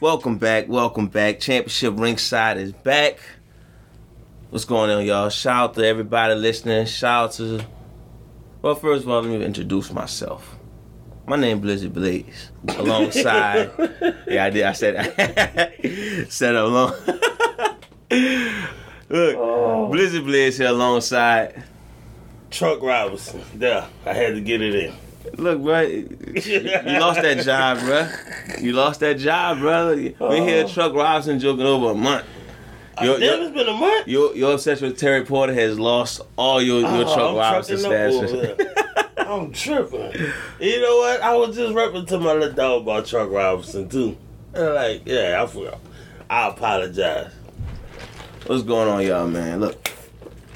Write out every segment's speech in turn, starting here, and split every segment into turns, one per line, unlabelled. Welcome back, welcome back. Championship Ringside is back. What's going on, y'all? Shout out to everybody listening. Shout out to. Well, first of all, let me introduce myself. My name Blizzard Blaze. Alongside, yeah, I did. I said, said along. Look, Blizzard Blaze here alongside.
Truck Robinson. Yeah, I had to get it in.
Look, bro, you lost that job, bro. You lost that job, bro. We hear Truck Robinson joking over a month. Your,
Damn,
your,
it's been a month.
your, your obsession with Terry Porter has lost all your, your
Oh,
Truck
I'm
Robinson
trucking up
status.
over there. I'm tripping. You know what? I was just repping to my little dog about Truck Robinson too. And like, yeah, I forgot. I apologize.
What's going on, y'all, man? Look,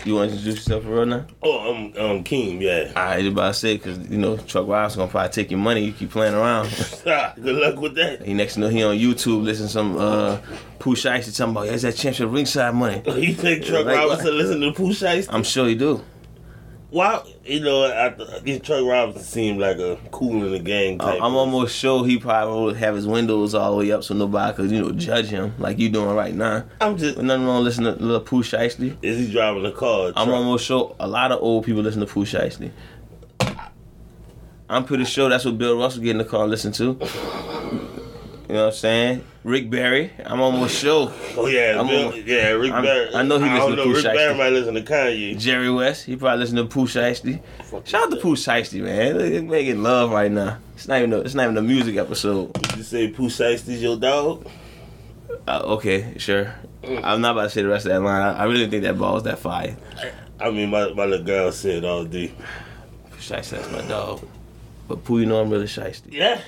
you want to introduce yourself for real now?
Oh, I'm um Keem, yeah.
I was about to say, because, you know, Truck Robinson going to probably take your money. You keep playing around.
Good luck with that.
he next know he on YouTube listening to some uh, Pooh Shiesty talking about, is that championship ringside money?
You think Truck
Like what?
Robinson listen to Pooh Shiesty?
I'm sure he do.
Wow, you know, I, I, Truck Robinson seemed like a cool in the gang
I-
type.
Uh, I'm almost sure he probably would have his windows all the way up so nobody could, you know, judge him like you doing right now.
I'm just.
But nothing wrong listening to little Pooh Shiesty.
Is he driving a car?
I'm
truck?
almost sure a lot of old people listen to Pooh Shiesty. I'm pretty sure that's what Bill Russell get in the car and listen to. You know what I'm saying? Rick Barry. I'm almost sure.
Oh yeah,
I'm
Bill,
on-
yeah, Rick
I'm-
Barry.
I know he
I
listen
don't
to
know.
Pooh
Rick
Shiesty.
Barry might listen to Kanye.
Jerry West. He probably listen to Pooh Shiesty. Shout out to Pooh Shiesty, man. Look, They making love right now. It's not even a, it's not even a music episode.
You say Pooh Shiesty's your dog?
Uh, okay, sure. I'm not about to say the rest of that line. I, I really didn't think that ball was that fire.
I mean, my, my little girl said all day.
Shiesty, that's my dog. But Pooh, you know I'm really shiesty.
Yeah.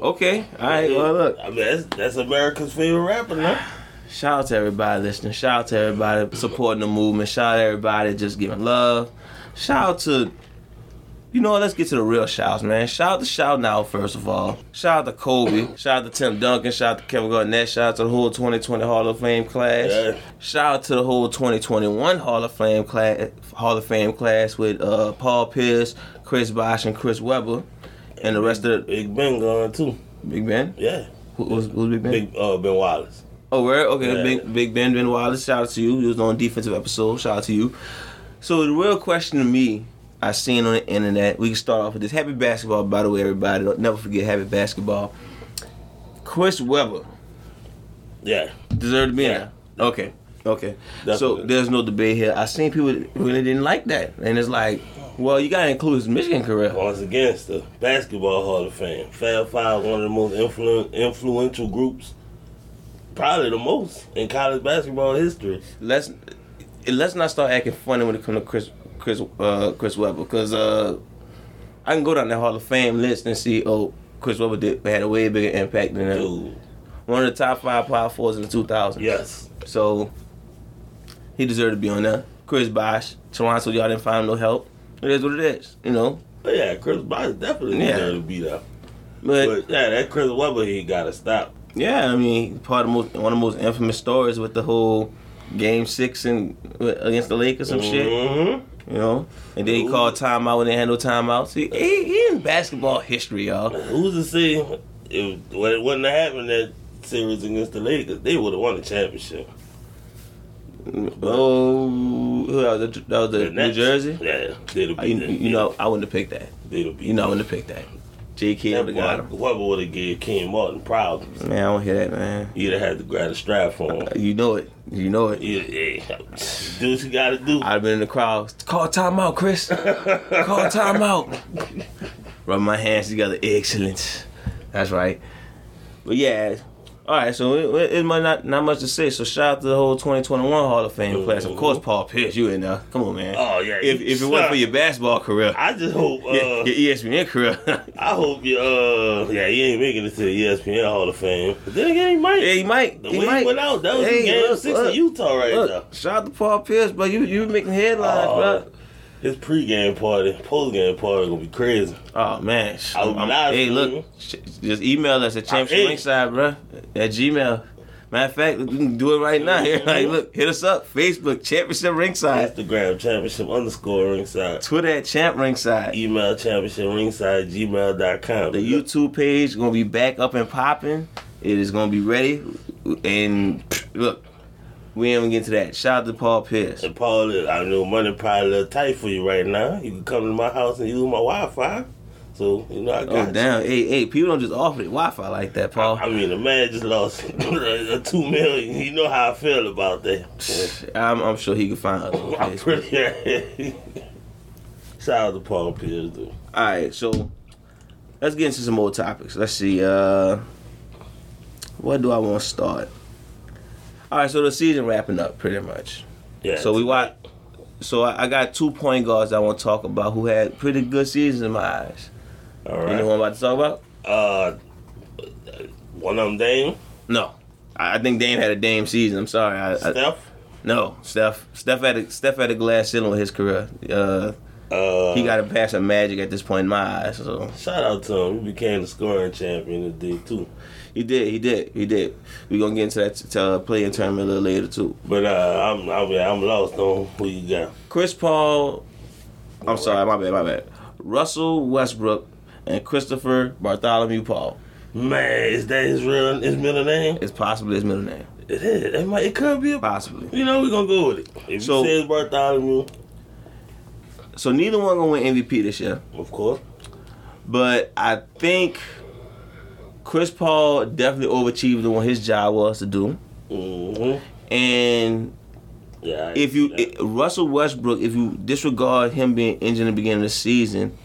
Okay, all right. Well, look.
I mean, that's, that's America's favorite rapper, no?
Shout out to everybody listening. Shout out to everybody supporting the movement. Shout out to everybody just giving love. Shout out to, you know, what, let's get to the real shouts, man. Shout out to Shout Now, first of all. Shout out to Kobe. Shout out to Tim Duncan. Shout out to Kevin Garnett. Shout out to the whole 2020 Hall of Fame class.
Yeah.
Shout out to the whole 2021 Hall of Fame class, Hall of Fame class with uh, Paul Pierce, Chris Bosh, and Chris Webber, and the rest of the
Big Ben gone too.
Big Ben.
Yeah.
Who, who's, who's Big Ben?
Big uh, Ben Wallace.
Oh, where? Okay,
Yeah.
Big, Big Ben Ben Wallace. Shout out to you. He was on defensive episode. Shout out to you. So the real question to me, I seen on the internet. We can start off with this. Happy basketball, by the way, everybody. Don't never forget happy basketball. Chris Webber
Yeah.
deserved to be in
Yeah.
there. Okay. Okay. So
Definitely.
there's no debate here. I seen people that really didn't like that, and it's like, well, you gotta include his Michigan career.
Once again, it's the Basketball Hall of Fame. Fab Five, one of the most influ- influential groups, probably the most in college basketball history.
let's eh, let's not start acting funny when it comes to Chris Chris uh, Chris Webber because uh, I can go down the Hall of Fame list and see oh Chris Webber did, had a way bigger impact than that.
Dude,
one of the top five power fours in the 2000s.
yes.
so he deserved to be on there. Chris Bosh, Toronto, y'all didn't find no help. It is what it is, you know.
But yeah, Chris Bosh definitely
Yeah.
deserved to be there.
But,
But yeah, that Chris Webber he gotta stop.
yeah, I mean, part of most, one of the most infamous stories with the whole Game Six and uh, against the Lakers, some shit.
Mm-hmm.
You know, and then he
Ooh.
called timeout when they had no timeouts. He, he, he in basketball history, y'all.
Who's to say if when it wouldn't have happened that series against the Lakers, they would have won the championship.
Oh, who that was, that was the
The
New
Nets,
Jersey.
Yeah, they'd have
I, you,
beat them.
you know, I wouldn't have picked that.
they'd have beat
You know, I wouldn't have picked that. JK would have got him.
Whoever would have gave Ken Martin problems.
Man, I don't hear that, man.
You'd have had to grab a strap for him.
You know it. You know it.
Yeah, yeah. Do what you gotta do.
I'd have been in the crowd. Call timeout, Chris. Call timeout. Rub my hands together. Excellent. That's right. But yeah. All right, so it, it- it might not not much to say. So shout out to the whole 2021 Hall of Fame class. Of course, Paul Pierce, you in there. Come on, man.
Oh, yeah.
If, if it wasn't for your basketball career,
I just hope uh
your, E your ESPN career,
I hope you uh yeah, he ain't making it to the E ESPN Hall of Fame. But then again he might.
yeah, he might.
The
he
way
might.
he went out, that was
Hey,
in game
look,
six
look,
in Utah right there.
Look, shout out to Paul Pierce, bro. You you making headlines,
Oh.
bro.
His pregame party, postgame party gonna be crazy.
Oh man, Sh-
I would
I'm-
not
hey,
do.
look, sh- just email us at championship
hey.
ringside, bro, at Gmail. Matter of fact, we can do it right now. Here, like, look, hit us up, Facebook championship ringside,
Instagram championship underscore ringside.
Twitter at champ ringside.
Email championship ringside gmail.com.
The YouTube page gonna be back up and popping. It is gonna be ready. And look, we ain't gonna get to that. Shout out to Paul Pierce.
And Paul, I know money probably a little tight for you right now. You can come to my house and use my Wi-Fi. So you know I got.
Oh
you.
damn! Hey, hey, people don't just offer the Wi-Fi like that, Paul.
I mean, the man just lost a two million. You know how I feel about that.
I'm, I'm sure he could find other
I'm
ways.
pretty. Shout out to Paul Pierce, dude.
All right, so let's get into some more topics. Let's see. Uh, what do I want to start? All right, so the season wrapping up pretty much.
Yeah.
So we watch. So I, I got two point guards I want to talk about who had pretty good seasons in my eyes.
All
You know who
right.
I'm about to talk about?
Uh, one of them, Dame,
No, I, I think Dame had a Dame season. I'm sorry. I, I,
Steph.
no, Steph. Steph had a, Steph had a glass ceiling with his career. Uh,
Uh,
he got to pass a magic at this point in my eyes. So
Shout out to him. He became the scoring champion today too.
he did. He did. He did. We're gonna get into that t- to, uh, playing tournament a little later too.
But uh, I'm I'm, I'm lost on who you got.
Chris Paul. I'm sorry, my bad, my bad. Russell Westbrook and Christopher Bartholomew Paul
Man, is that his real his middle name?
is possibly his middle name.
It is. It might. It could be. A,
Possibly.
you know, we're gonna go with it. If
So-
you say it's Bartholomew,
So neither one gonna win MVP this year,
of course.
but I think Chris Paul definitely overachieved on what his job was to do.
hmm
And
Yeah. I
if you i
see that.
Russell Westbrook, if you disregard him being injured in the beginning of the season,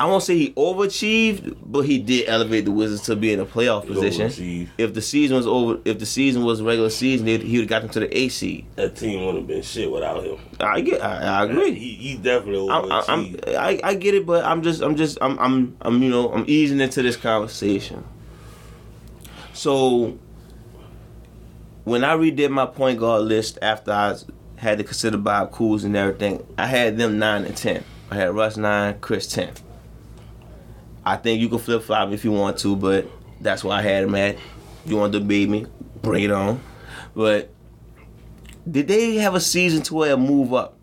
I won't say he overachieved, but he did elevate the Wizards to be in a playoff
He
position.
overachieved.
If the season was over, if the season was regular season, they'd- he would have got them to the A seed.
that team would have been shit without him.
I get, I, I agree.
He, he definitely
I'm, I'm, I'm-
overachieved.
I, I get it, but I'm just, I'm just, I'm, I'm, I'm, you know, I'm easing into this conversation. So when I redid my point guard list after I s- had to consider Bob Cools and everything, I had them nine and ten. I had Russ nine, Chris ten. I think you can flip flop if you want to, but that's why I had him at. You want to beat me? Bring it on. But did they have a season to where move up?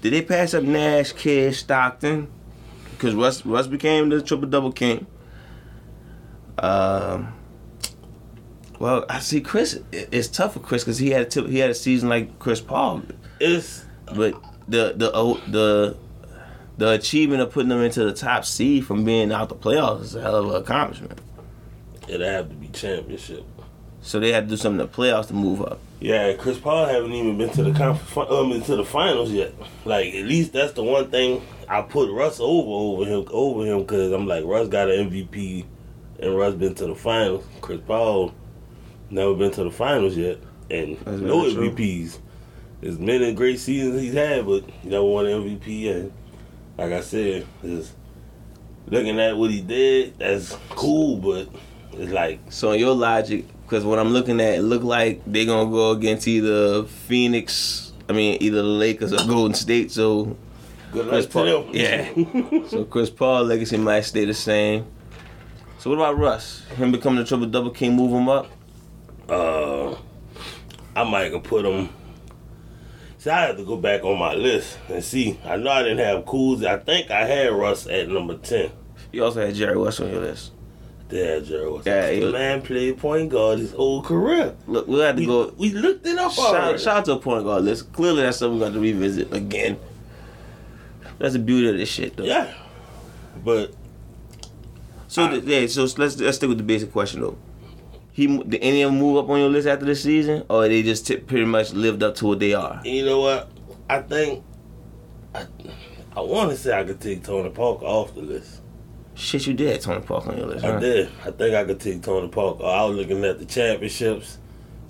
Did they pass up Nash, Kidd, Stockton? Because Russ Russ became the triple double king. Um. Well, I see Chris. it- It's tough for Chris because he had a tip, he had a season like Chris Paul,
It's
but the the oh, the the achievement of putting them into the top seed from being out the playoffs is a hell of an accomplishment.
it'd have to be championship.
So they had to do something in the playoffs to move up.
Yeah, Chris Paul haven't even been to the conf- um into the finals yet. Like at least that's the one thing I put Russ over over him over him because I'm like Russ got an MVP and Russ been to the finals. Chris Paul never been to the finals yet and
That's
no
very true.
MVPs. There's many great seasons he's had, but he never won an MVP. And like I said, just looking at what he did, that's cool, but it's like
So in your logic, because what I'm looking at, it look like they're gonna go against either Phoenix, I mean either the Lakers or Golden State. So
good
Chris
luck
Paul.
to them.
Yeah. so Chris Paul legacy might stay the same. So what about Russ? Him becoming the triple double king, move him up.
uh, I might could put them. See, I have to go back on my list and see. I know I didn't have Kuz. I think I had Russ at number ten.
You also had Jerry West on your list.
There, Gerald. was-
Yeah, he
the
was-
man played point guard his whole career.
Look, we'll have to
We,
go.
we looked it up already.
Shout, shout out to a point guard list. Clearly, that's something we're going to revisit again. That's the beauty of this shit, though.
Yeah, but
So th- yeah, so s- let's let's stick with the basic question though. He mo- did any of them move up on your list after this season, or they just t- pretty much lived up to what they are?
you know what? I think I, I want to say I could take Tony Parker off the list.
Shit, you did Tony Parker on your list.
I
huh?
did. I think I could take Tony Parker. I was looking at the championships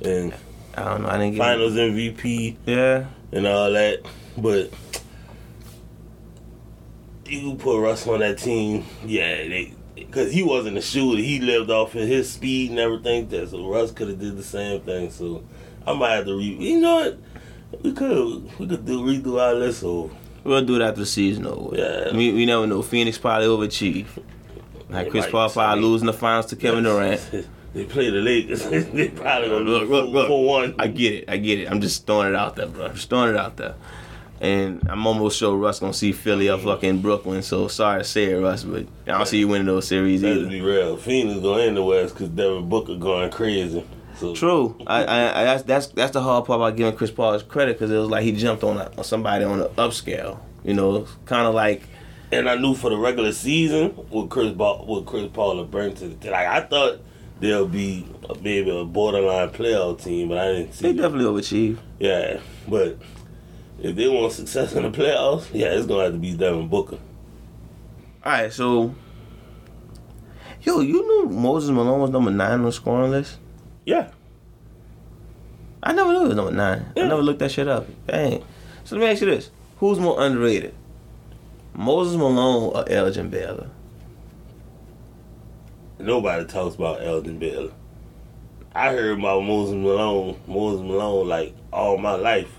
and
I don't know. I didn't get
finals MVP.
Yeah,
and all that. But you put Russ on that team, yeah, they because he wasn't a shooter. He lived off of his speed and everything. That so Russ could have did the same thing. So I might have to re. You know what? We could we could do redo our list over.
we'll do it after the season over.
Yeah.
we, we never know. Phoenix probably overachieved. Like
They
Chris
might.
Paul probably losing the finals to Kevin Durant.
They play the Lakers. they probably gonna
Look, look, look.
for one.
I get it. I get it. I'm just throwing it out there, bro. I'm just throwing it out there. And I'm almost sure Russ gonna see Philly or fucking Brooklyn. So sorry to say it, Russ, but I don't see you winning those series
Let's
either.
be real. Fiend is going in the West because Devin Booker going crazy. So
True. I, I, I that's that's that's the hard part about giving Chris Paul his credit because it was like he jumped on, a, on somebody on the upscale. You know, kind of like
And I knew for the regular season what Chris Paul, what Chris Paul would bring to the team. Like I thought they'll be a- maybe a borderline playoff team, but I didn't see.
they
that.
definitely overachieved.
Yeah, but if they want success in the playoffs, yeah, it's gonna have to be Devin Booker.
All right, so yo, you knew Moses Malone was number nine on the scoring list.
Yeah,
I never knew it was number nine. I
Yeah.
never looked that shit up. Dang. So let me ask you this: Who's more underrated, Moses Malone or Elgin Baylor?
nobody talks about Elgin Baylor. I heard about Moses Malone, Moses Malone, like all my life.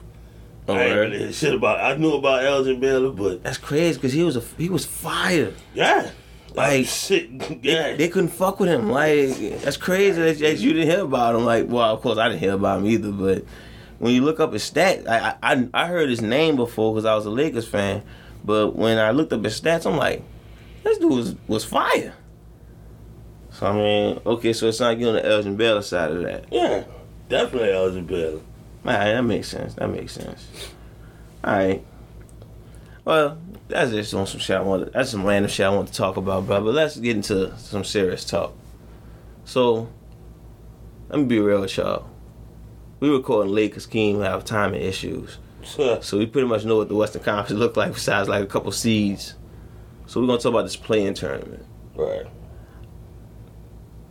Oh,
I ain't really hear shit about. I knew about Elgin Baylor, but
That's crazy because he was a he was fired.
yeah,
Like,
shit, yeah.
They couldn't fuck with him. Like that's crazy that, that you didn't hear about him. Like well, of course I didn't hear about him either. But when you look up his stats, I I, I- I heard his name before because I was a Lakers fan. But when I looked up his stats, I'm like, this dude was, was fire. So I mean, okay, so it's not you on the Elgin Baylor side of that.
Yeah, definitely Elgin Baylor.
All right, that makes sense. That makes sense. All right. Well, that's just on some shit I want. That's some random shit I want to talk about, bro. But let's get into some serious talk. So, let me be real with y'all. We recording late because Keem have timing issues, so we pretty much know what the Western Conference look like besides like a couple seeds. So we're gonna talk about this playing tournament.
right.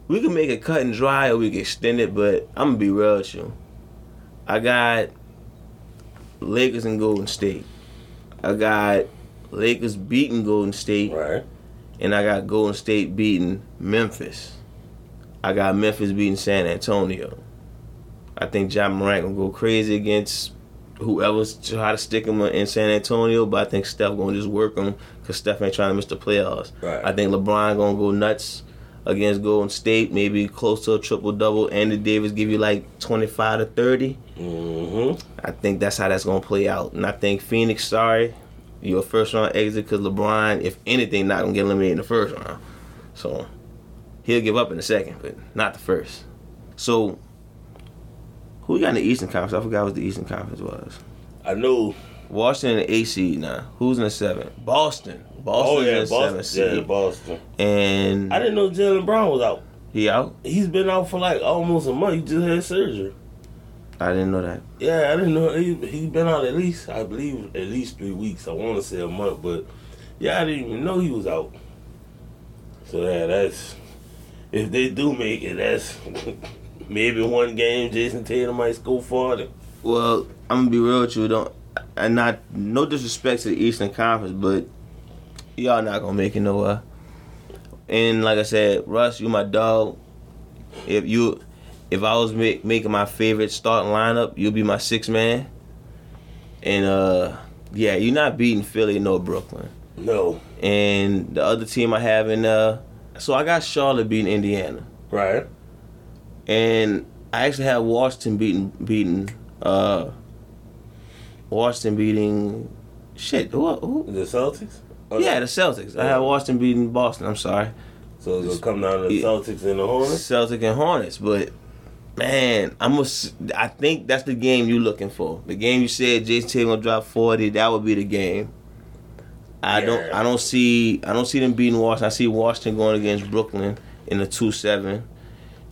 We can make it cut and dry or we can extend it, but I'm gonna be real with you. I got Lakers and Golden State. I got Lakers beating Golden State,
Right.
and I got Golden State beating Memphis. I got Memphis beating San Antonio. I think John Morant gonna go crazy against whoever's try to stick him in San Antonio, but I think Steph gonna just work him because Steph ain't trying to miss the playoffs.
Right.
I think LeBron gonna go nuts against Golden State, maybe close to a triple double. Andy Davis give you like twenty five to thirty.
Mm-hmm.
I think that's how that's gonna play out. And I think Phoenix, sorry, your first round exit because LeBron, if anything, not gonna get eliminated in the first round. So he'll give up in the second, but not the first. So who we got in the Eastern Conference? I forgot what the Eastern Conference was.
I know.
Washington in the eight seed now. Who's in the seven? Boston. Boston
oh yeah,
in the seven
Boston.
seed.
Yeah, Boston.
and
I didn't know Jalen Brown was out.
he out.
He's been out for like almost a month. He just had surgery.
I didn't know that.
Yeah, I didn't know he he been out at least I believe at least three weeks. I want to say a month, but yeah, I didn't even know he was out. So yeah, that's if they do make it, that's maybe one game Jason Tatum might score for it.
Well, I'm gonna be real with you. Don't and not no disrespect to the Eastern Conference, but y'all not gonna make it nowhere. And like I said, Russ, you my dog. If you, if I was make, making my favorite starting lineup, you'll be my sixth man. And uh, yeah, you're not beating Philly nor Brooklyn.
No,
And the other team I have in uh, so I got Charlotte beating Indiana,
right?
and I actually had Washington beating beating uh Washington beating shit. Who, who?
The Celtics. Oh,
Yeah, the Celtics. I had Washington beating Boston. I'm sorry,
So it's gonna come down to the
Yeah.
Celtics and the Hornets.
Celtic and Hornets. But man, I'm a, s- I think that's the game you're looking for. The game you said Jason Tatum gonna drop 40. That would be the game. I don't.
Yeah.
I don't see. I don't see them beating Washington. I see Washington going against Brooklyn in the two seven,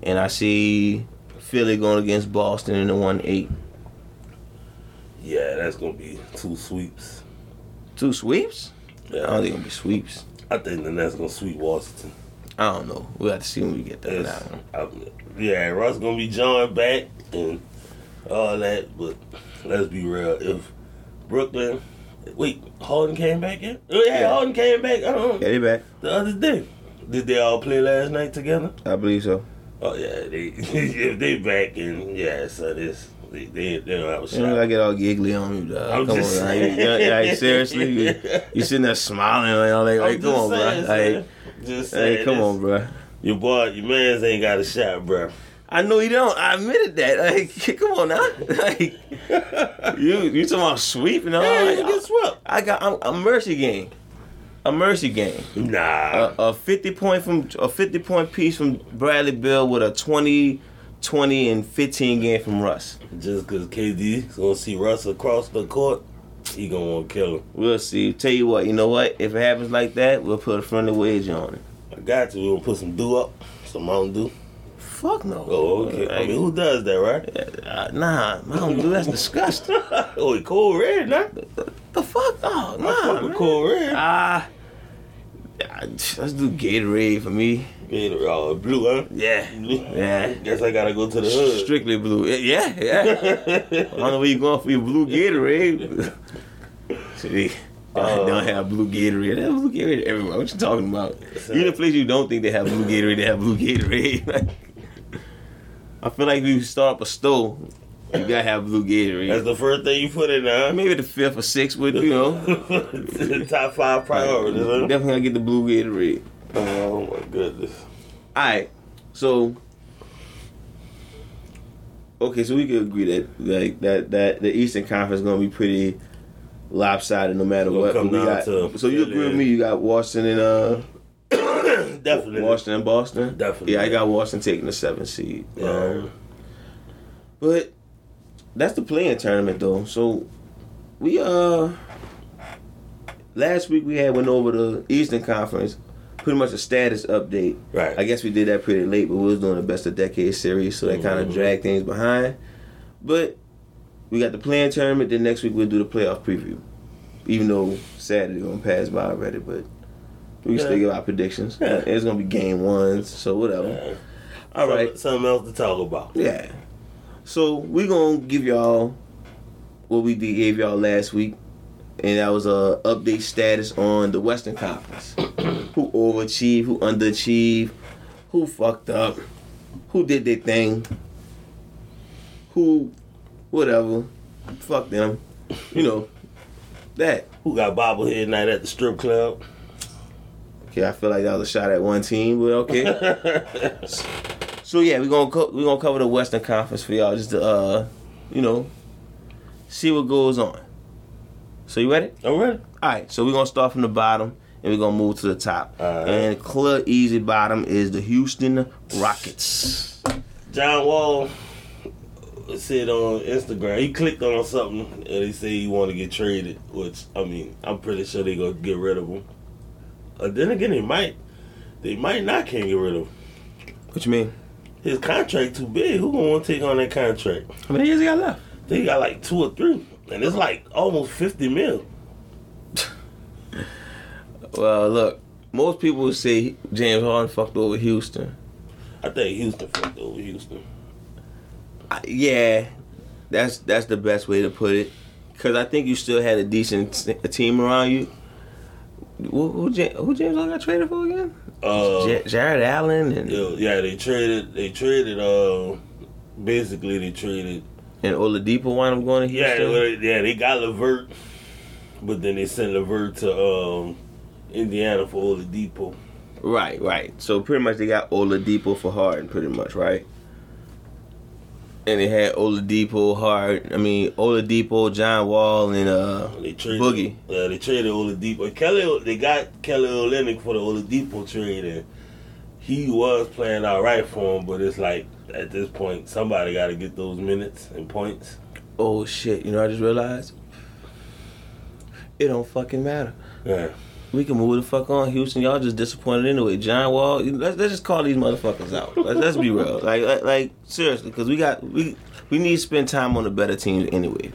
and I see Philly going against Boston in the one eight.
Yeah, that's gonna be two sweeps.
Two sweeps? I
Yeah,
don't think it'll be sweeps.
I think the Nets gonna sweep Washington.
I don't know. We'll have to see when we get there.
It's- I'm- yeah, Russ gonna be John back and all that, but let's be real. If Brooklyn, wait, Harden came back yet? Oh, yeah,
Yeah.
Harden came back. I don't know,
they back.
the other day. Did they all play last night together?
I believe so.
Oh yeah, they if they back and yeah, so this they they, they don't have a
You know, I
shot.
get all giggly on you, dog.
I'm
come
just
on, like, you-
saying.
like, seriously, you, you sitting there smiling, like, all like,
I'm
like, come
just
on, bro.
saying,
Like,
son. just
hey,
saying
come
this.
on, bro.
Your boy, your man's ain't got a shot, bro.
I know you don't. I admitted that. Like, come on now. Like, you you talking about sweeping? all
Hey,
like,
guess what?
I got I'm, a mercy game, a mercy game.
Nah.
A, a fifty point from a fifty point piece from Bradley Bill with a 20, 20 and fifteen game from Russ.
Just because KD's going to see Russ across the court, he going to want to kill him.
We'll see. Tell you what, you know what? If it happens like that, we'll put a friendly wage on it.
I got you. we going to put some dew up, some Mountain Dew.
Fuck no.
Oh, okay. I
Like,
mean, who does that, right?
uh, nah, Mountain Dew, that's disgusting.
Oh, it cold red, nah.
the fuck? Oh,
I fuck
nah.
with
man.
cold red.
Ah, yeah, let's do Gatorade for me.
Gator, oh, blue, huh?
Yeah, yeah.
Guess I gotta go to the hood.
Strictly blue. Yeah, yeah. I don't know where you going for your blue Gatorade. See, I
Uh,
don't have blue Gatorade. They have blue Gatorade everywhere. What you talking about? Even the place you don't think they have blue Gatorade, they have blue Gatorade. Like, I feel like if you start up a store, you gotta have blue
That's
Gatorade.
the first thing you put in there. huh?
Maybe the fifth or sixth would, you know.
Top five priorities. huh?
Definitely gotta get the blue Gatorade.
Oh my goodness.
All right, so okay, so we could agree that like that that the Eastern Conference gonna be pretty lopsided no matter
It's gonna
what.
come
but we
down
got-
to
so you agree with me? You got Washington and uh
Definitely.
Washington and Boston.
Definitely.
Yeah, I got Washington taking the seventh seed.
Yeah.
Um, but that's the playing tournament though. So we uh last week we had went over the Eastern Conference, pretty much a status update.
Right.
I guess we did that pretty late, but we was doing the best of decade series, so that kind of
Mhm.
dragged things behind. But we got the playing tournament. Then next week we'll do the playoff preview. Even though Saturday gonna pass by already, but we can still
Yeah.
give our predictions.
Yeah.
It's gonna be game ones, so whatever.
Yeah.
All
Some-
right,
Something else to talk about.
yeah. So we gonna give y'all what we did- gave y'all last week, and that was a update status on the Western Conference. who overachieved? Who underachieved? Who fucked up? Who did their thing? Who, whatever, fuck them. You know that.
Who got bobblehead night at the strip club?
Okay, I feel like that was a shot at one team, but okay. So yeah, we're gonna co- we're gonna cover the Western Conference for y'all just to uh, you know, see what goes on. So you ready?
I'm ready.
All right. So we're gonna start from the bottom and we're gonna move to the top.
All right.
And clear easy bottom is the Houston Rockets.
John Wall said on Instagram he clicked on something and he said he want to get traded, which I mean I'm pretty sure they gonna get rid of him. Uh, then again, they might, they might not can't get rid of him.
What you mean?
His contract too big. Who gonna want to take on that contract?
How many years he got left?
They got like two or three, and it's like almost fifty mil.
Well, look, most people would say James Harden fucked over Houston.
I think Houston fucked over Houston.
I, yeah, that's that's the best way to put it. Cause I think you still had a decent t- a team around you. Who, who, Ja- who James Harden got traded for again?
Uh,
Ja- Jared Allen and,
yeah, yeah, they traded. They traded. Uh, basically they traded
and Oladipo wound up going to
Yeah,
Houston.
they- yeah, they got Levert, but then they sent Levert to um, Indiana for Oladipo.
right, right. So pretty much they got Oladipo for Harden, pretty much, right? And they had Oladipo, Hard. I mean Oladipo, John Wall, and uh,
They traded
Boogie.
Yeah, they traded Oladipo. Kelly, they got Kelly Olynyk for the Oladipo trade, and he was playing all right for him. But it's like at this point, somebody got to get those minutes and points.
oh shit! You know I just realized it don't fucking matter.
Yeah,
We can move the fuck on, Houston. Y'all just disappointed anyway. John Wall, let's, let's just call these motherfuckers out. Let's, let's be real, like like, like seriously, because we got we we need to spend time on the better teams anyway.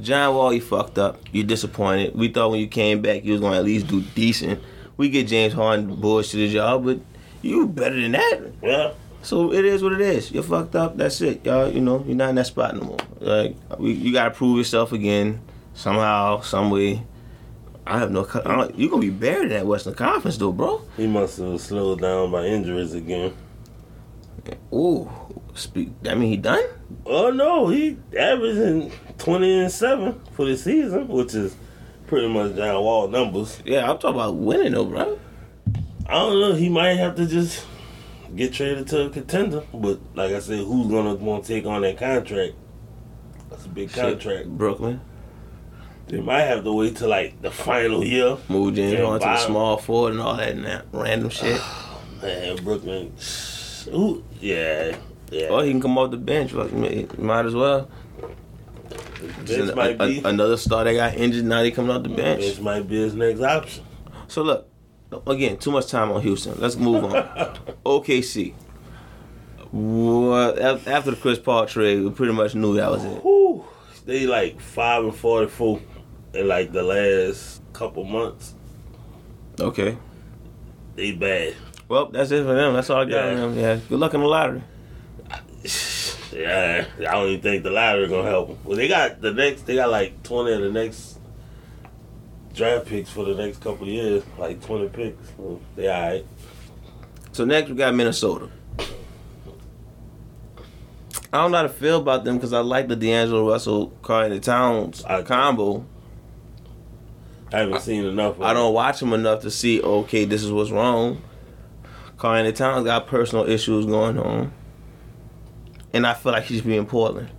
John Wall, you fucked up. You disappointed. We thought when you came back you was gonna at least do decent. We get James Harden bullshitted y'all, but you better than that.
yeah.
So it is what it is. You're fucked up. That's it, y'all. You know, you're not in that spot no more. Like we, you gotta prove yourself again somehow, some way. I have no. co- I don't, you're gonna be buried in that Western Conference though, bro.
He must have slowed down by injuries again.
Ooh, speak. I mean, he done.
Oh no, he averaging twenty and seven for the season, which is pretty much John Wall numbers.
Yeah, I'm talking about winning though, bro.
I don't know. He might have to just get traded to a contender. But like I said, who's gonna want to take on that contract? That's a big
Shit,
contract.
Brooklyn
They might have to wait till like the final year.
moved in
Yeah,
going to the
wow.
small forward and all that and that random shit.
Man, Brooklyn. Ooh, yeah, yeah.
or he can come off the bench. Fuck, may- might as well.
This
An-
might
a-
be.
another star that got injured. Now he coming off the bench.
This might be his next option.
So look, again, too much time on Houston. Let's move on. OKC. What af- after the Chris Paul trade, we pretty much knew that was it.
Whew. They like five and forty-four in like the last couple months.
Okay.
They bad.
Well, that's it for them. That's all I got
Yeah.
on them. Yeah. Good luck in the lottery.
Yeah, I don't even think the lottery gonna help them. Well, they got the next. They got like twenty of the next draft picks for the next couple of years. Like twenty picks. So they all right.
So next we got Minnesota. I don't know how to feel about them because I like the D'Angelo Russell, Carl Towns
I-
combo.
I haven't seen enough. Of
I don't watch him enough to see. Okay, this is what's wrong. Carl Towns got personal issues going on, and I feel like he should be in Portland.
them.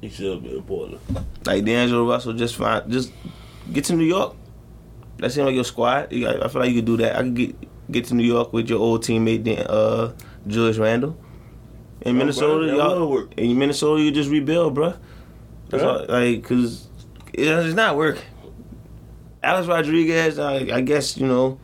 He should be important.
Like D'Angelo Russell, just find just get to New York. That seems like your squad. You got, I feel like you could do that. I could get get to New York with your old teammate, Dan- uh, Julius Randle. In
Oh,
Minnesota,
bro, that would
y'all
work.
in Minnesota, you just rebuild, bruh. That's
Yeah.
all, like, cause it- it's not working. Alex Rodriguez, I, I guess you know.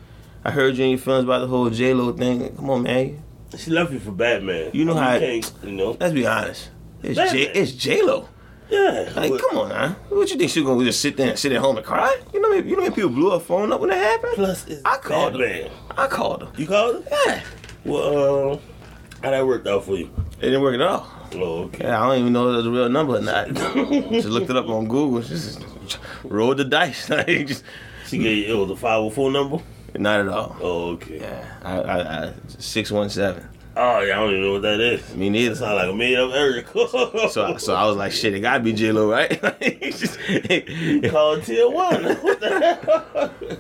I heard you in your feelings about the whole J Lo thing. Come on, man.
She left you for Batman.
You know how I-
can't, you know.
Let's be honest. It's
Listen.
J. It's J Lo.
Yeah.
Like,
but-
come on, man. What you think she gonna just sit there and sit at home and cry? You know, how many- you know, how many people blew her phone up when that happened.
Plus, it's
I called
Batman.
her. I called her.
You called it?
Yeah,
Well, um, how that worked out for you?
it didn't work at all.
Oh, okay.
Yeah, I don't even know if that's a real number or not. just looked it up on Google. Just just rolled the dice. Like, just,
She gave you it was a 504 number?
not at all.
Oh, okay.
Yeah, I, I, I six one seven.
Oh, yeah, I don't even know what that is.
Me neither.
It sounds like a made up area code.
So, I- so I was like, shit, it gotta be J Lo, right?
called tier one. What the hell?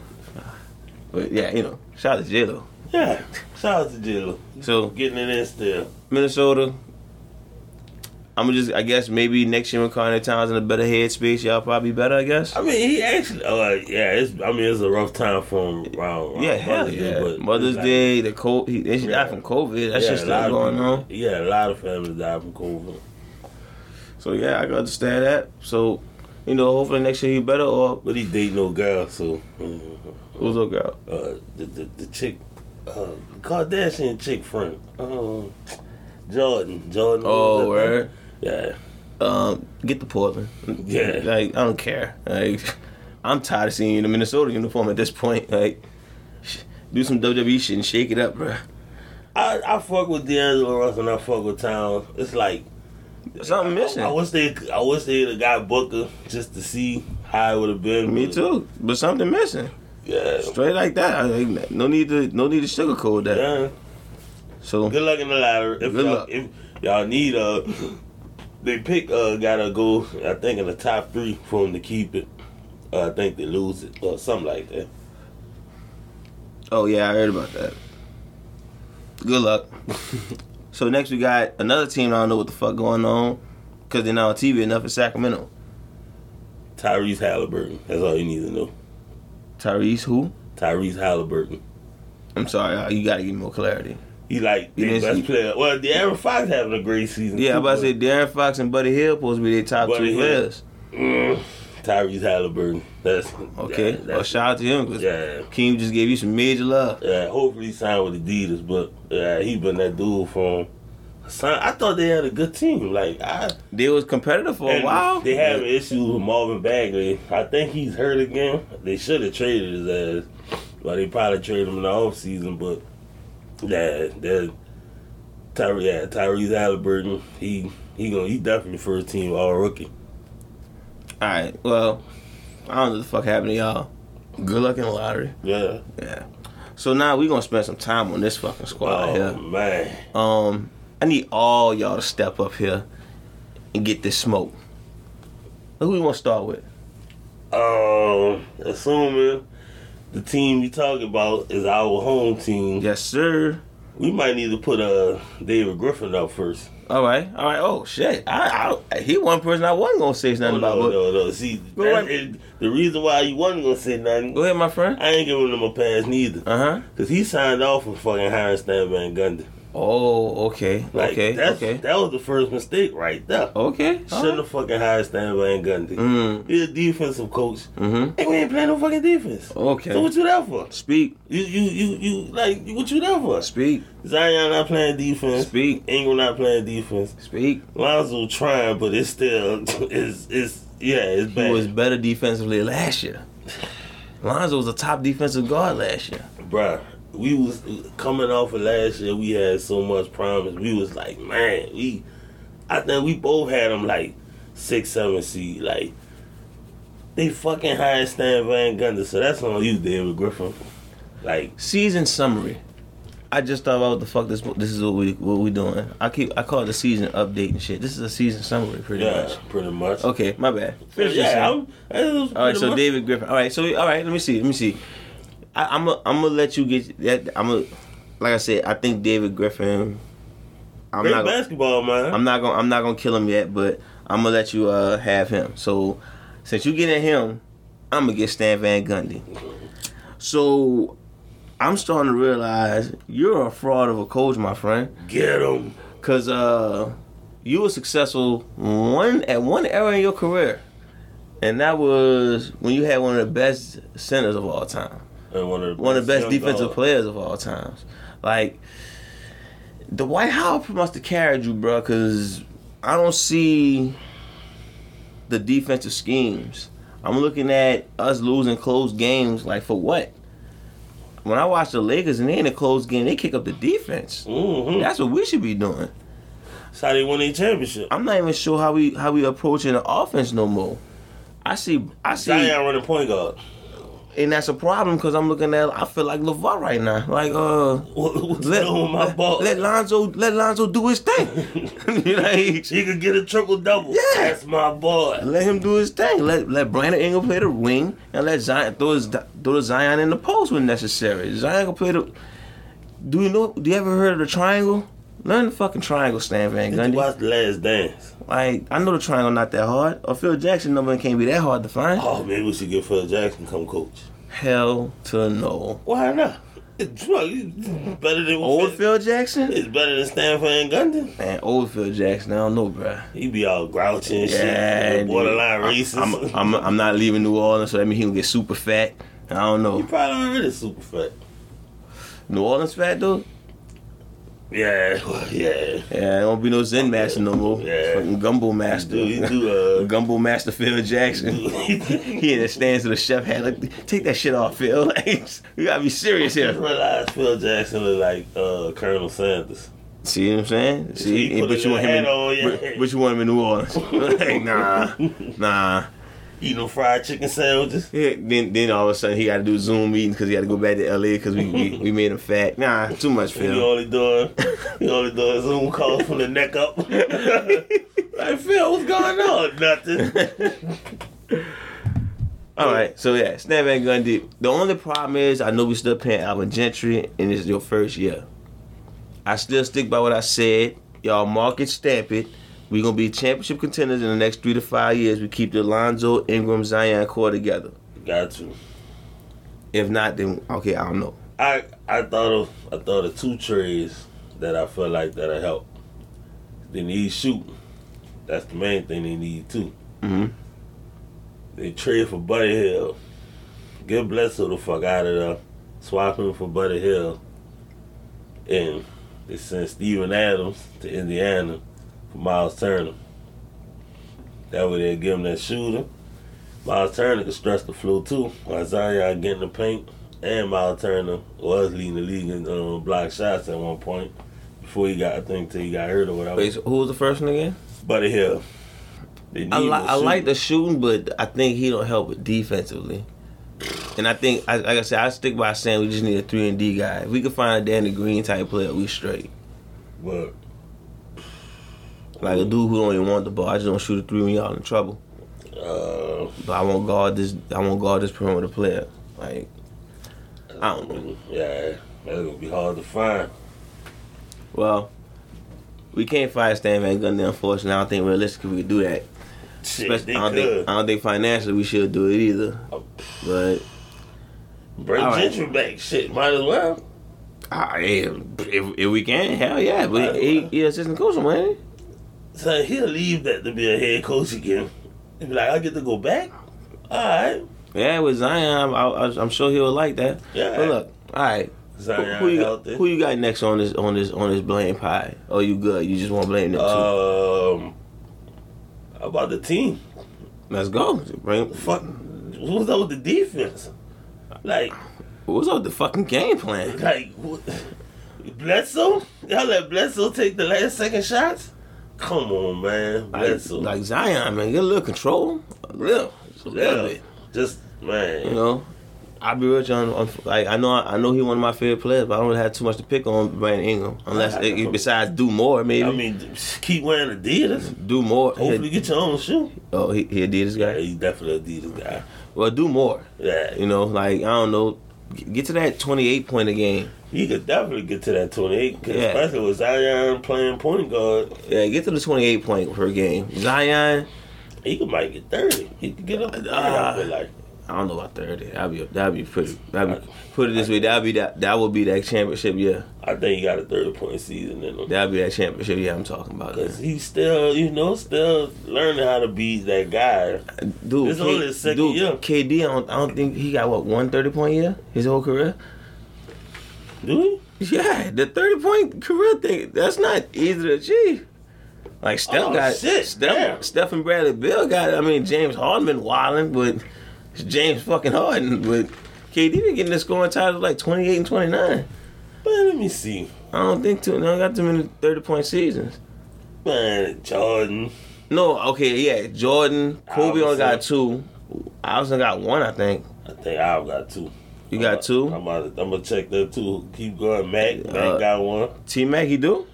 but yeah, you know, shout out to J Lo.
yeah. Shout out to Jilla.
So
Getting it in still.
Minnesota. I'm just, I guess maybe next year when Connor Towns in a better headspace, y'all probably better, I guess.
I mean, he actually. Oh, like, yeah. It's. I mean, it's a rough time for him. Around, around
yeah, hell
Mother's Day,
yeah.
but
Mother's
it's like-
Day, the cold, he, they should
Yeah.
die from COVID. That
yeah,
shit's
a
still
lot of
going
people-
on.
Yeah, a lot of families died from COVID.
So yeah, I can understand that. So, you know, hopefully next year he better or
But he date no girl, so. mm,
who's up, girl?
uh, the, the the chick, uh, Kardashian chick friend, um, Jordan, Jordan.
Oh, word.
Yeah,
Um, get the Portland.
Yeah.
Like, I don't care. Like, I'm tired of seeing you in a Minnesota uniform at this point. Like, sh- do some WWE shit and shake it up, bruh.
I I fuck with D'Angelo Russell and I fuck with Towns. It's like
Something missing.
I, I wish they I wish they had got Booker just to see how it would have been.
Me
but-
too, but something missing.
Yeah.
Straight like that. I like, no need to no need to sugarcoat that.
yeah.
So
Good luck in the ladder. If
Good
y'all,
luck.
If y'all need uh they pick uh gotta go. I think in the top three for him to keep it. Uh, I think they lose it or something like that.
oh yeah, I heard about that. Good luck. so next we got another team I don't know what the fuck going on because they're not on TV enough in Sacramento.
Tyrese Halliburton. That's all you need to know.
Tyrese who?
Tyrese Halliburton.
I'm sorry, uh, you gotta give me more clarity.
He like
You
the
didn't
best
see-
player. Well, De'Aaron Fox having a great season.
Yeah,
too,
I'm about to
but,
say Darren Fox and Buddy Hill supposed to be their top
Buddy
two
Hill.
players.
mm, Tyrese Halliburton. That's
Okay,
Yeah,
well
that's,
shout out to him because
yeah,
Keem just gave you some major love.
yeah. Hopefully, he signed with Adidas, but yeah, he been that dude from. Son, I thought they had a good team. Like I,
They was competitive for a
and
while.
they have an issue with Marvin Bagley. I think he's hurt again. They should have traded his ass. Well, they probably traded him in the offseason, but yeah, that Tyre, yeah, Tyrese Halliburton, he he gonna he definitely first team all rookie.
All right. Well, I don't know what the fuck happened to y'all. Good luck in the lottery.
Yeah.
Yeah. So now we gonna spend some time on this fucking squad
Oh
here.
man.
Um, I need all y'all to step up here and get this smoke. Who we want to start with?
Um, assuming the team you talking about is our home team.
Yes, sir.
We might need to put uh, David Griffin up first.
All right, all right. Oh shit! I, I he one person I wasn't gonna say nothing
Oh,
about.
no,
but-
no, no. See,
But
that-
what-
it- the reason why you wasn't gonna say nothing,
Go ahead, my friend.
I ain't giving him a pass neither,
Uh huh.
cause he signed off for fucking hiring Stan Van Gundy.
Oh, okay,
Like,
okay,
that's,
okay,
That was the first mistake right there.
okay.
Shouldn't have fucking hired Stan Van Gundy.
Mm.
He's a defensive coach.
Mm-hmm.
Hey, we ain't playing no fucking defense. So
Okay.
what you there for?
Speak,
You you you you like what you there for?
speak,
Zion not playing defense.
speak,
Ingram not playing defense.
speak.
Lonzo trying, but it's still it's it's yeah it's
He
bad.
was better defensively last year. Lonzo was a top defensive guard last year.
Bruh, we was coming off of last year. We had so much promise. We was like, man, we. I think we both had them like six, seven seed. Like they fucking hired Stan Van Gundy, so that's on you, David Griffin. Like
Season summary. I just thought about what the fuck this. This is what we what we doing. I keep I call it the season update and shit. This is a season summary, pretty
yeah,
much.
pretty much.
Okay, my bad.
So,
Finish this
yeah,
out.
I'm, that's
All right,
pretty
so
much-
David Griffin. All right, so we, all right, let me see, let me see. I, I'm a, I'm gonna let you get that. I'm a, like I said, I think David Griffin. I'm
great
not. gonna-
basketball, man.
I'm not gonna. I'm not gonna kill him yet, but I'm gonna let you uh, have him. So since you getting him, I'm gonna get Stan Van Gundy. So I'm starting to realize you're a fraud of a coach, my friend.
Get him.
Cause uh, you were successful one at one era in your career, and that was when you had one of the best centers of all time,
And one of the
one of the best
young
defensive
guards.
players of all times. Like the White Howard must have carried you, bro. Cause I don't see the defensive schemes. I'm looking at us losing close games. Like for what? When I watch the Lakers and they in a close game, they kick up the defense.
Mhm.
That's what we should be doing.
That's how they won their championship.
I'm not even sure how we how we approaching the offense no more. I see, I see,
Zion running point guard.
and that's a problem because I'm looking at. I feel like Levar right now. Like, uh,
What, what's
let,
doing with my ball?
let Lonzo let Lonzo do his thing. you know, like,
She could get a triple double.
Yeah.
That's my boy.
let him do his thing. Let let Brandon Ingram play the wing and let Zion throw his throw the Zion in the post when necessary. Zion can play the. Do you know? Do you ever heard of the triangle? Learn the fucking triangle, Stan Van
Did you
Gundy.
watch the last dance?
Like I know the triangle not that hard. Or Phil Jackson number can't be that hard to find.
Oh, maybe we should get Phil Jackson come coach.
Hell to no.
Why not? It's well, it's better than
Old Phil Jackson?
It's better than Stanford and Gundy.
Man, old Phil Jackson, I don't know, bruh.
He be all grouchy and
dude.
shit. Borderline
I-
racist.
I'm, I'm, I'm not leaving New Orleans, so that means he gonna get super fat. I don't
he
know.
probably already super fat.
New Orleans fat, dude?
Yeah, well, yeah.
Yeah, it won't be no Zen Master no more.
Yeah.
Fucking Gumbo Master.
Dude, he do uh
Gumbo Master Phil Jackson. he in the stands with the chef hat. Like, take that shit off, Phil. Like, you gotta be serious
I
here.
realized Phil Jackson look like uh, Colonel Sanders.
See what I'm saying? See,
he put
but
his
you want him in,
hat on, yeah.
but- but you want him in New Orleans? like, nah, nah.
Eating fried chicken sandwiches.
Yeah, then then all of a sudden he got to do Zoom meetings because he got to go back to LA because we, we we made him fat. Nah, too much
You
Phil.
only doing you only doing Zoom calls from the neck up. like Phil, what's going on? Nothing.
All right, so yeah, Stan Van Gundy. The only problem is I know we still paying Alvin Gentry and it's your first year. I still stick by what I said. Y'all mark it, stamp it. We gonna be championship contenders in the next three to five years. We keep the Alonzo, Ingram, Zion core together.
Got you.
If not, then okay, I don't know.
I I thought of I thought of two trades that I feel like that'll help. They need shooting. That's the main thing they need too.
Mhm.
They trade for Buddy Hill. Get Bledsoe the fuck out of there. Swap him for Buddy Hill. And they sent Steven Adams to Indiana for Miles Turner. That way they give him that shooter. Miles Turner can stress the flow too. While Zion getting the paint. And Miles Turner was leading the league in um, block shots at one point. Before he got, I think, till he got hurt or whatever.
Wait, so who was the first one again?
Buddy Hill. They need
I, li-
a
I like
shooter.
the shooting, but I think he don't help it defensively. And I think, I, like I said, I stick by saying we just need a three and D guy. If we could find a Danny Green type player, we straight.
But
Like a dude who don't even want the ball. I just don't shoot a three when y'all in trouble.
Uh,
But I won't guard this. I won't guard this perimeter player. Like I don't know.
yeah, that's gonna be hard to find.
Well, we can't fire Stan Van Gundy, unfortunately. I don't think realistically we could do that.
Shit,
Especially- uh,
they
I, don't
could.
think, I don't think financially we should do it either.
Oh.
But
Bring
All right.
Gentry back. Shit, might as well.
I, if, if we can, hell yeah. But
Might as
he,
well.
he assistant coach, man.
So he'll leave that to be a head coach again. He'll be like, I get to go back? All right.
Yeah, with Zion, I, I, I'm sure he'll like that.
Yeah.
But look, all right. Who,
Zion
who you got,
healthy.
who you got next on this on this on this blame pie? Oh, you good? You just want to blame them two?
um, how about the team?
Let's go. Bring,
Fuck. What's up with the defense? Like,
what's up with the fucking game plan?
like, what? Bledsoe? Y'all let Bledsoe take the last second shots? Come on, man.
Like,
Bledsoe.
like Zion, man, get a little control. A little, just a little
yeah.
bit.
Just, man.
You know, I'll be real, John. I'm, like I know, I know he one of my favorite players, but I don't have too much to pick on Brandon Ingram unless it, it- besides do more, maybe
I mean, keep wearing Adidas.
do more.
Hopefully, get your own shoe.
oh, he, he a Adidas
Yeah,
guy.
he's definitely Adidas guy.
Well, do more.
Yeah,
You know, like I don't know, G- get to that twenty-eight point a game.
he could definitely get to that 28, 'cause
Yeah.
especially with Zion playing point guard,
Yeah, get to the twenty-eight point per game. Zion,
he could might get 30. He could get up to 30,
Ah.
I feel like.
I don't know about thirty. That'd be that'd be pretty. That'd be, put it this way, that'd be that that would be that championship. Yeah,
I think he got a 30-point season in him.
that'd be that championship. Yeah, I'm talking about.
Because
It.
he's still, you know, still learning how to be that guy.
Dude,
This only his second
dude,
year.
KD, I don't, I don't think he got what one thirty point year his whole career.
Do he?
Yeah, the thirty point career thing. That's not easy to achieve. Like Steph
Oh,
got
shit, damn.
Steph, Steph and Bradley Bill got. it. I mean James Harden been wilding, but it's James fucking Harden, but KD been getting the scoring title like twenty eight and twenty nine.
Man, let me see.
I don't think too. I don't got too many thirty point seasons.
Man, Jordan.
No, okay, yeah, Jordan, Kobe only
Obviously.
got two. I also got one, I think.
I think I've got two.
You got
Uh, I'm
two.
about to, I'm gonna check that too. Keep going, Mac. Mac
Uh,
got one.
T Mac, he do.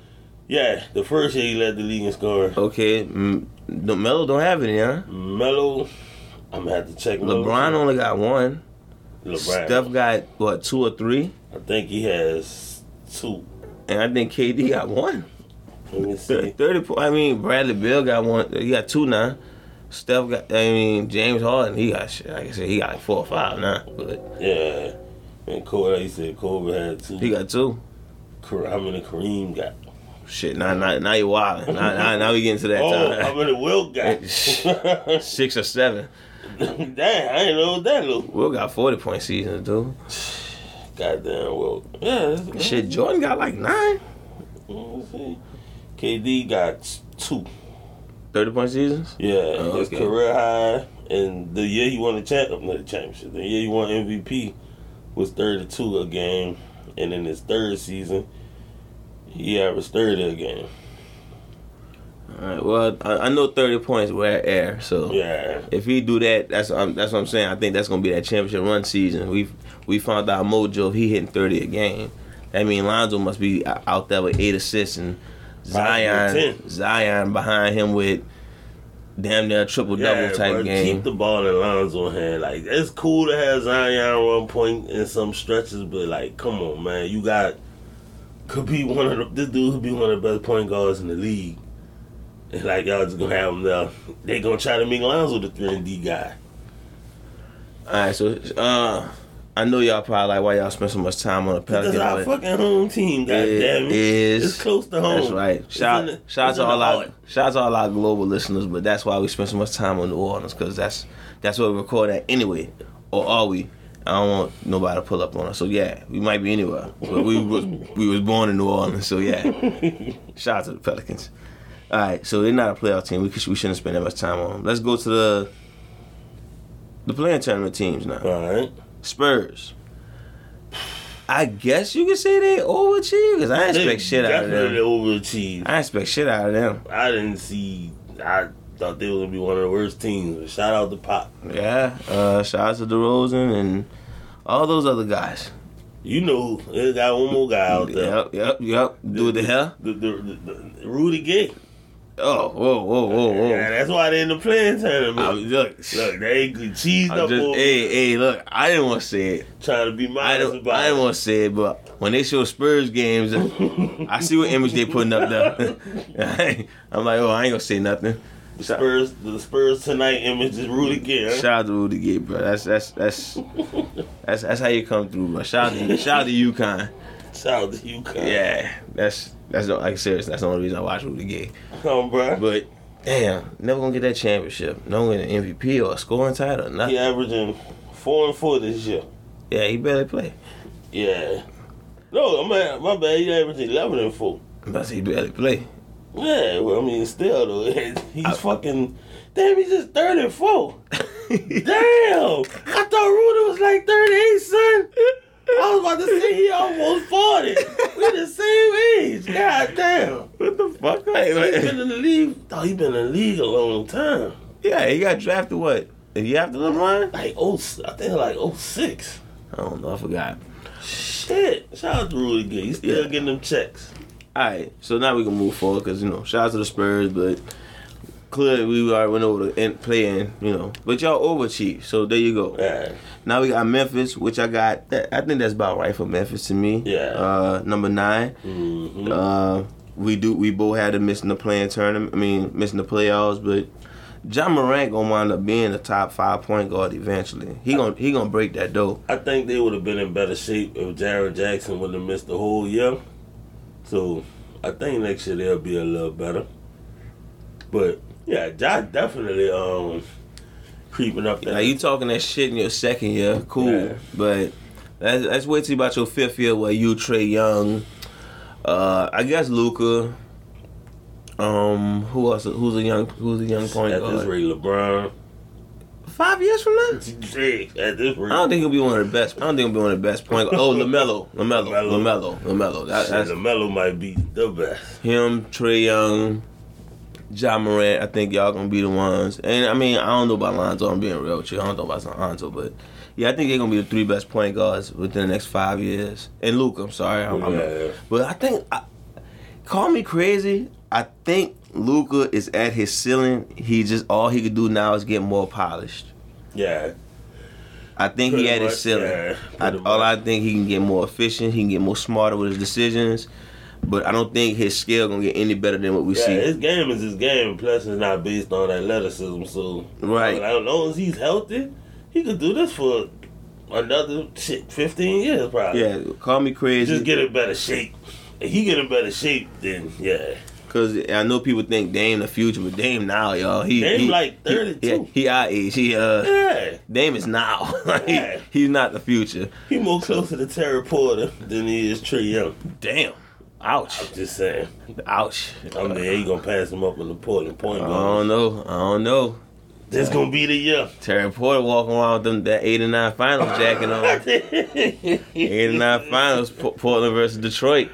Yeah, the first year he led the league in scoring.
Okay, mm, no, Melo don't have any, huh?
Melo, I'm gonna have to check. Melo.
LeBron only got one.
LeBron.
Steph got what two or three,
I think he has two.
and I think KD got one.
Let me
Thir-
see.
Thirty. po- I mean, Bradley Bill got one. He got two now. Steph got. I mean, James Harden. He got shit. Like I said, he got like four or five now, but
Yeah. And Kobe, like you said, Kobe had two.
he got two.
Kare- How many Kareem got?
Shit. Now, now, now you wilding. Now, now, now we getting to that
Oh, how
time.
many Will got?
Six or seven.
Damn, I ain't know what that look.
Will got forty point seasons, dude.
Goddamn Will. Yeah. that's-
Shit. Jordan got like nine.
Let me see. KD got two.
Thirty point seasons.
Yeah,
Oh,
his
okay.
career high, and the year he won the champ, not the championship, the year he won MVP was 32 a game, and in his third season, he averaged 30 a game.
All right. Well, I, I know thirty points were air. So
Yeah,
If he do that, that's um, that's what I'm saying. I think that's gonna be that championship run season. We we found out Mojo he hitting 30 a game. That mean Lonzo must be o- out there with eight assists and
Probably
Zion
10.
Zion behind him with damn near triple double
yeah,
type
bro,
game.
Keep the ball in Lonzo's hand. Like it's cool to have Zion one point in some stretches, but like, come on, man, you got could be one of the, this dude could be one of the best point guards in the league. And like y'all just gonna have him now. They gonna try to make Lonzo the three and D guy.
All right, so uh, I know y'all probably like why y'all spend so much time on the
That's
Pelicans.
our
but
fucking home team,
It
goddamn it.
is-
It's close to home.
That's right.
It's
Shout
in the-
shout out
it's
to
in the
all our
heart.
shout out to all our global listeners, but that's why we spend so much time on New Orleans because that's that's where we record at anyway, or are we? I don't want nobody to pull up on us. So yeah, we might be anywhere, but we was we was born in New Orleans. So yeah, shout out to the Pelicans. All right, so they're not a playoff team. We could, we shouldn't spend that much time on them. Let's go to the the playing tournament teams now.
All right.
Spurs. I guess you could say they overachieved because I didn't expect shit out of
Definitely
them.
overachieved.
I didn't expect shit out of them.
I didn't see. I thought they were gonna be one of the worst teams. But shout out to Pop.
Yeah. Uh, shout out to DeRozan and all those other guys.
You know, they got one more guy out there.
Yep, yep, yep. Do the hell.
The, the, the, the- Rudy Gay.
Oh, whoa, whoa, whoa, whoa.
Yeah, that's why they in the playing tournament.
I, look,
Look, they ain't good cheesed
I
up
just,
over
hey, hey, look, I didn't want to say it.
trying to be
I
modest
don't,
about
I
it.
don't want to say it, but when they show Spurs games, I see what image they putting up there. I'm like, oh, I ain't gonna say nothing.
the Spurs, the Spurs tonight image is rude again.
Shout out to Rudy Gay, bro. That's that's that's that's that's how you come through, bro. Shout out to shout out to UConn.
Shout out to you, Kyle.
Yeah, that's that's the, like serious. That's the only reason I watch Rudy Gay.
come, bro.
But damn, never gonna get that championship. No one an MVP or a scoring title, or nothing.
He
Yeah,
averaging four and four this year.
he barely play.
Yeah. No, I'm at, my bad. He averaging eleven and four.
I'm about to say he barely play.
Yeah, well, I mean, still though, he's fucking. Damn, he's just third and four. Damn, I thought Rudy was like thirty-eight, son. I was about to say he almost forty. We the same age. God damn.
what the fuck?
He
Like,
been in the league. Oh, he been in the league a long time.
yeah, he got drafted. What? If you after LeBron?
Like oh, I think like oh six.
I don't know. I forgot.
Shit. Shout out to Rudy Gay. He's still
Yeah.
getting them checks.
All right, so now we can move forward because you know, shout out to the Spurs, but clearly we already went over the end playing, you know. But y'all overachieved, so there you go.
Yeah.
Now we got Memphis, which I got. That, I think that's about right for Memphis to me.
Yeah.
Uh, number 9
Mhm.
Uh, we do. We both had to missing the playing tournament. I mean, missing the playoffs, but. John Morant gonna wind up being a top five point guard eventually. He gonna he gonna break that door.
I think they would have been in better shape if Jared Jackson would have missed the whole year. So I think next year they'll be a little better. But yeah, Ja definitely um creeping up there.
Like you talking that shit in your second year, cool.
Yeah.
But that's that's wait till about your fifth year where you Trey Young, uh, I guess Luca. Um, who else? Who's a young? Who's a young point
at this
guard?
rate, LeBron.
Five years from now,
Shit, At this rate,
I don't think he'll be one of the best. I don't think he'll be one of the best point. guard- Oh, Lamelo, Lamelo, Lamelo,
LaMelo.
Lamelo. That,
Shit,
that's
LaMelo might be the best.
him, Trey Young, John Morant. I think y'all gonna be the ones. And I mean, I don't know about Lonzo. I'm being real with you. I don't know about Lonzo, but yeah, I think they're gonna be the three best point guards within the next five years. And Luke, I'm sorry, I'm, I'm-
Yeah.
but I think I, call me crazy. I think Luca is at his ceiling. He just all he could do now is get more polished.
Yeah.
I think he
Pretty
had his
much,
ceiling.
yeah,
I,
pretty
all I think he can get more efficient. He can get more smarter with his decisions. But I don't think his skill gonna get any better than what we
Yeah,
see.
his game is his game. Plus, it's not based on athleticism. So,
Right.
Like, as long as he's healthy, he could do this for another shit, fifteen years probably.
Yeah, call me
just
crazy
get in better shape. If he get in better shape, then yeah,
because I know people think Dame the future, but Dame now, y'all. He,
Dame
he-
like
he-
32.
yeah, he our age. He uh,
yeah.
Dame is now. Like,
Yeah.
He's not the future.
He more closer to Terry Porter than he is Trey Young.
Damn. Ouch.
Just saying.
Ouch.
I mean, he gonna pass him up in the Portland point
I don't
guard.
know. I don't know.
This gonna be the year.
Terry Porter walking around with them, that eight and nine finals jacket on. eight and nine finals, P- Portland versus Detroit.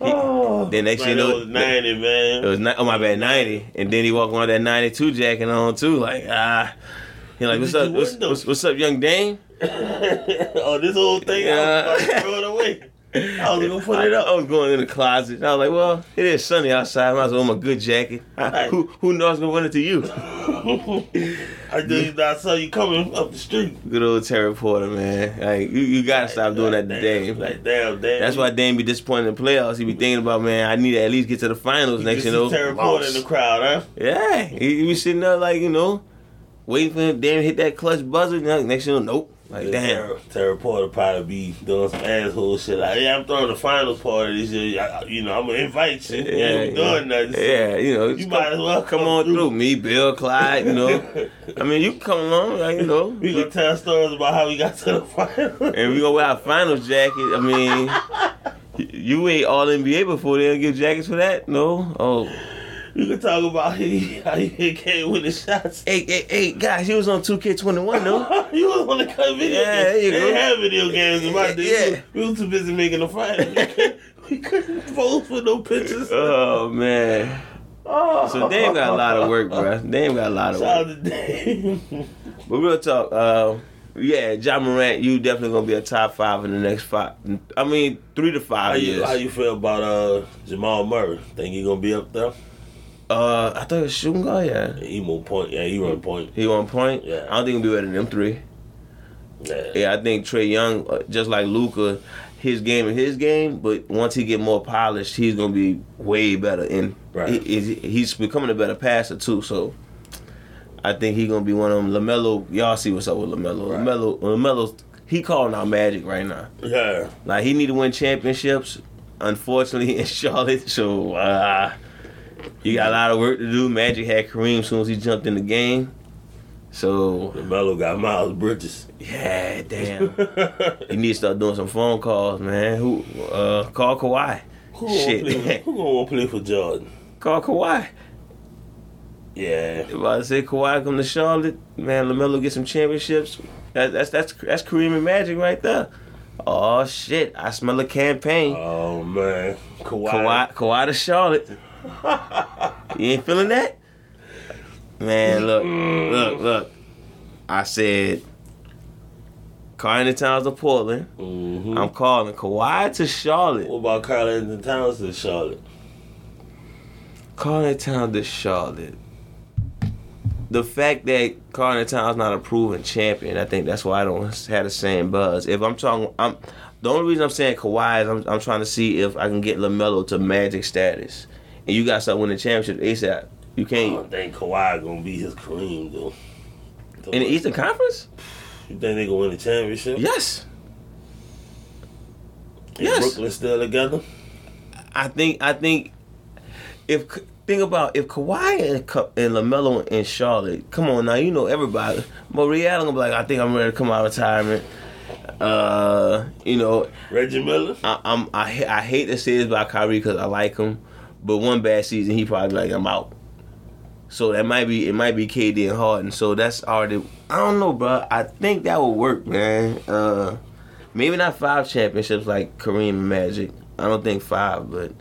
oh,
Then next
man,
year,
that
no-
was ninety, man.
It was ni- oh my bad, ninety, and then he walked around with that ninety-two jacket on too. Like ah, he like what's
Did
up?
you
What's,
win, though?
what's, what's up, young Dame?
oh, this whole thing, I was about to throw it away. I was gonna put it
I
up.
was going in the closet. I was like, well, it is sunny outside. Might as well wear my good jacket. I, who who knows gonna win it to you?
I just I saw you coming up the street.
Good old Terry Porter, man. Like you, you gotta stop doing that to Dame. Like
Like, damn, damn.
that's why Dame be disappointed in the playoffs. He be thinking about man, I need to at least get to the finals
you
next
see
year. though.
Terry Porter in the
Lost.
crowd, huh?
Yeah, he, he was sitting there like you know, waiting for him. Damn, hit that clutch buzzer. Now, Next year, nope. Like damn,
Terry, Terry Porter probably be doing some asshole shit. Like, yeah, I'm throwing the finals party this year. I- I- you know, I'm gonna invite you. You ain't doing nothing. so
yeah, you know,
You
just
might
come-
as well
come on through. Me, Bill, Clyde. You know, I mean, you can come along, like, you know,
We gonna tell stories about how we got to the finals.
and we gonna wear our finals jacket. I mean. y- You ain't all NBA before they'll give jackets for that? No? Oh.
we can talk about he, how he came with the shots.
Hey, hey, hey, guys, he was on 2K21, no?
you was on the cut video.
Yeah, there
games.
you
they
go.
didn't have video games in my day.
Yeah.
We, were too busy making the finals. we couldn't post with no pictures.
Oh, man.
oh.
So Dame got a lot of work, bro. Dame got a lot of work. Oh,
Shout out to Dame.
But real talk, uh, yeah, John Morant, you definitely gonna be a top five in the next five. I mean, three to
How
five
you,
years.
how you feel about uh, Jamal Murray? Think he gonna be up there?
Uh, I thought it was shooting guard. Yeah,
Emo point. Yeah, he run point.
he on point.
Yeah.
I don't think he'll be better than them three.
Yeah.
Yeah, I think Trey Young, uh, just like Luca, his game is his game, but once he get more polished, he's gonna be way better. And
Right.
he- he's, he's becoming a better passer too. So I think he gonna be one of them. Lamelo, y'all see what's up with Lamelo?
Right.
Lamelo, Lamelo, he calling out magic right now.
Yeah.
Like he need to win championships. Unfortunately, in Charlotte, so uh, you got a lot of work to do. Magic had Kareem as soon as he jumped in the game. So
LaMelo got Miles Bridges.
yeah, damn. You need to start doing some phone calls, man. Who uh call Kawhi?
Who
Shit.
Gonna play, who gonna play for Jordan?
Call Kawhi.
Yeah.
If I say Kawhi come to Charlotte, man, Lamelo get some championships. That, that's that's that's Kareem and Magic right there. Oh shit! I smell a campaign.
Oh man, Kawhi.
Kawhi, Kawhi to Charlotte. you ain't feeling that, man. Look,
Mm-hmm.
look, look. I said, Carney Towns to Portland.
hmm
I'm calling Kawhi to Charlotte.
what about Carl Anthony Towns in Charlotte?
Carter Town to Charlotte. The fact that Carter Town's not a proven champion, I think that's why I don't have the same buzz. If I'm talking, I'm the only reason I'm saying Kawhi is I'm, I'm trying to see if I can get Lamelo to Magic status, and you guys start winning championships ASAP. You
I
can't
don't think Kawhi gonna be his Kareem though.
in the Eastern Conference.
You think they gonna win the championship?
Yes,
Is
yes.
Brooklyn still together?
I think I think if think about if Kawhi and, Ka- and Lamelo in Charlotte, come on now, you know everybody. Marie Allen gonna be like, I think I'm ready to come out of retirement. Uh, you know,
Reggie Miller.
I, I'm I ha- I hate to say this about Kyrie because I like him, but one bad season he probably like I'm out. So that might be it might be KD and Harden. So that's already I don't know, bro. I think that would work, man. Uh, maybe not five championships like Kareem and Magic. I don't think five, but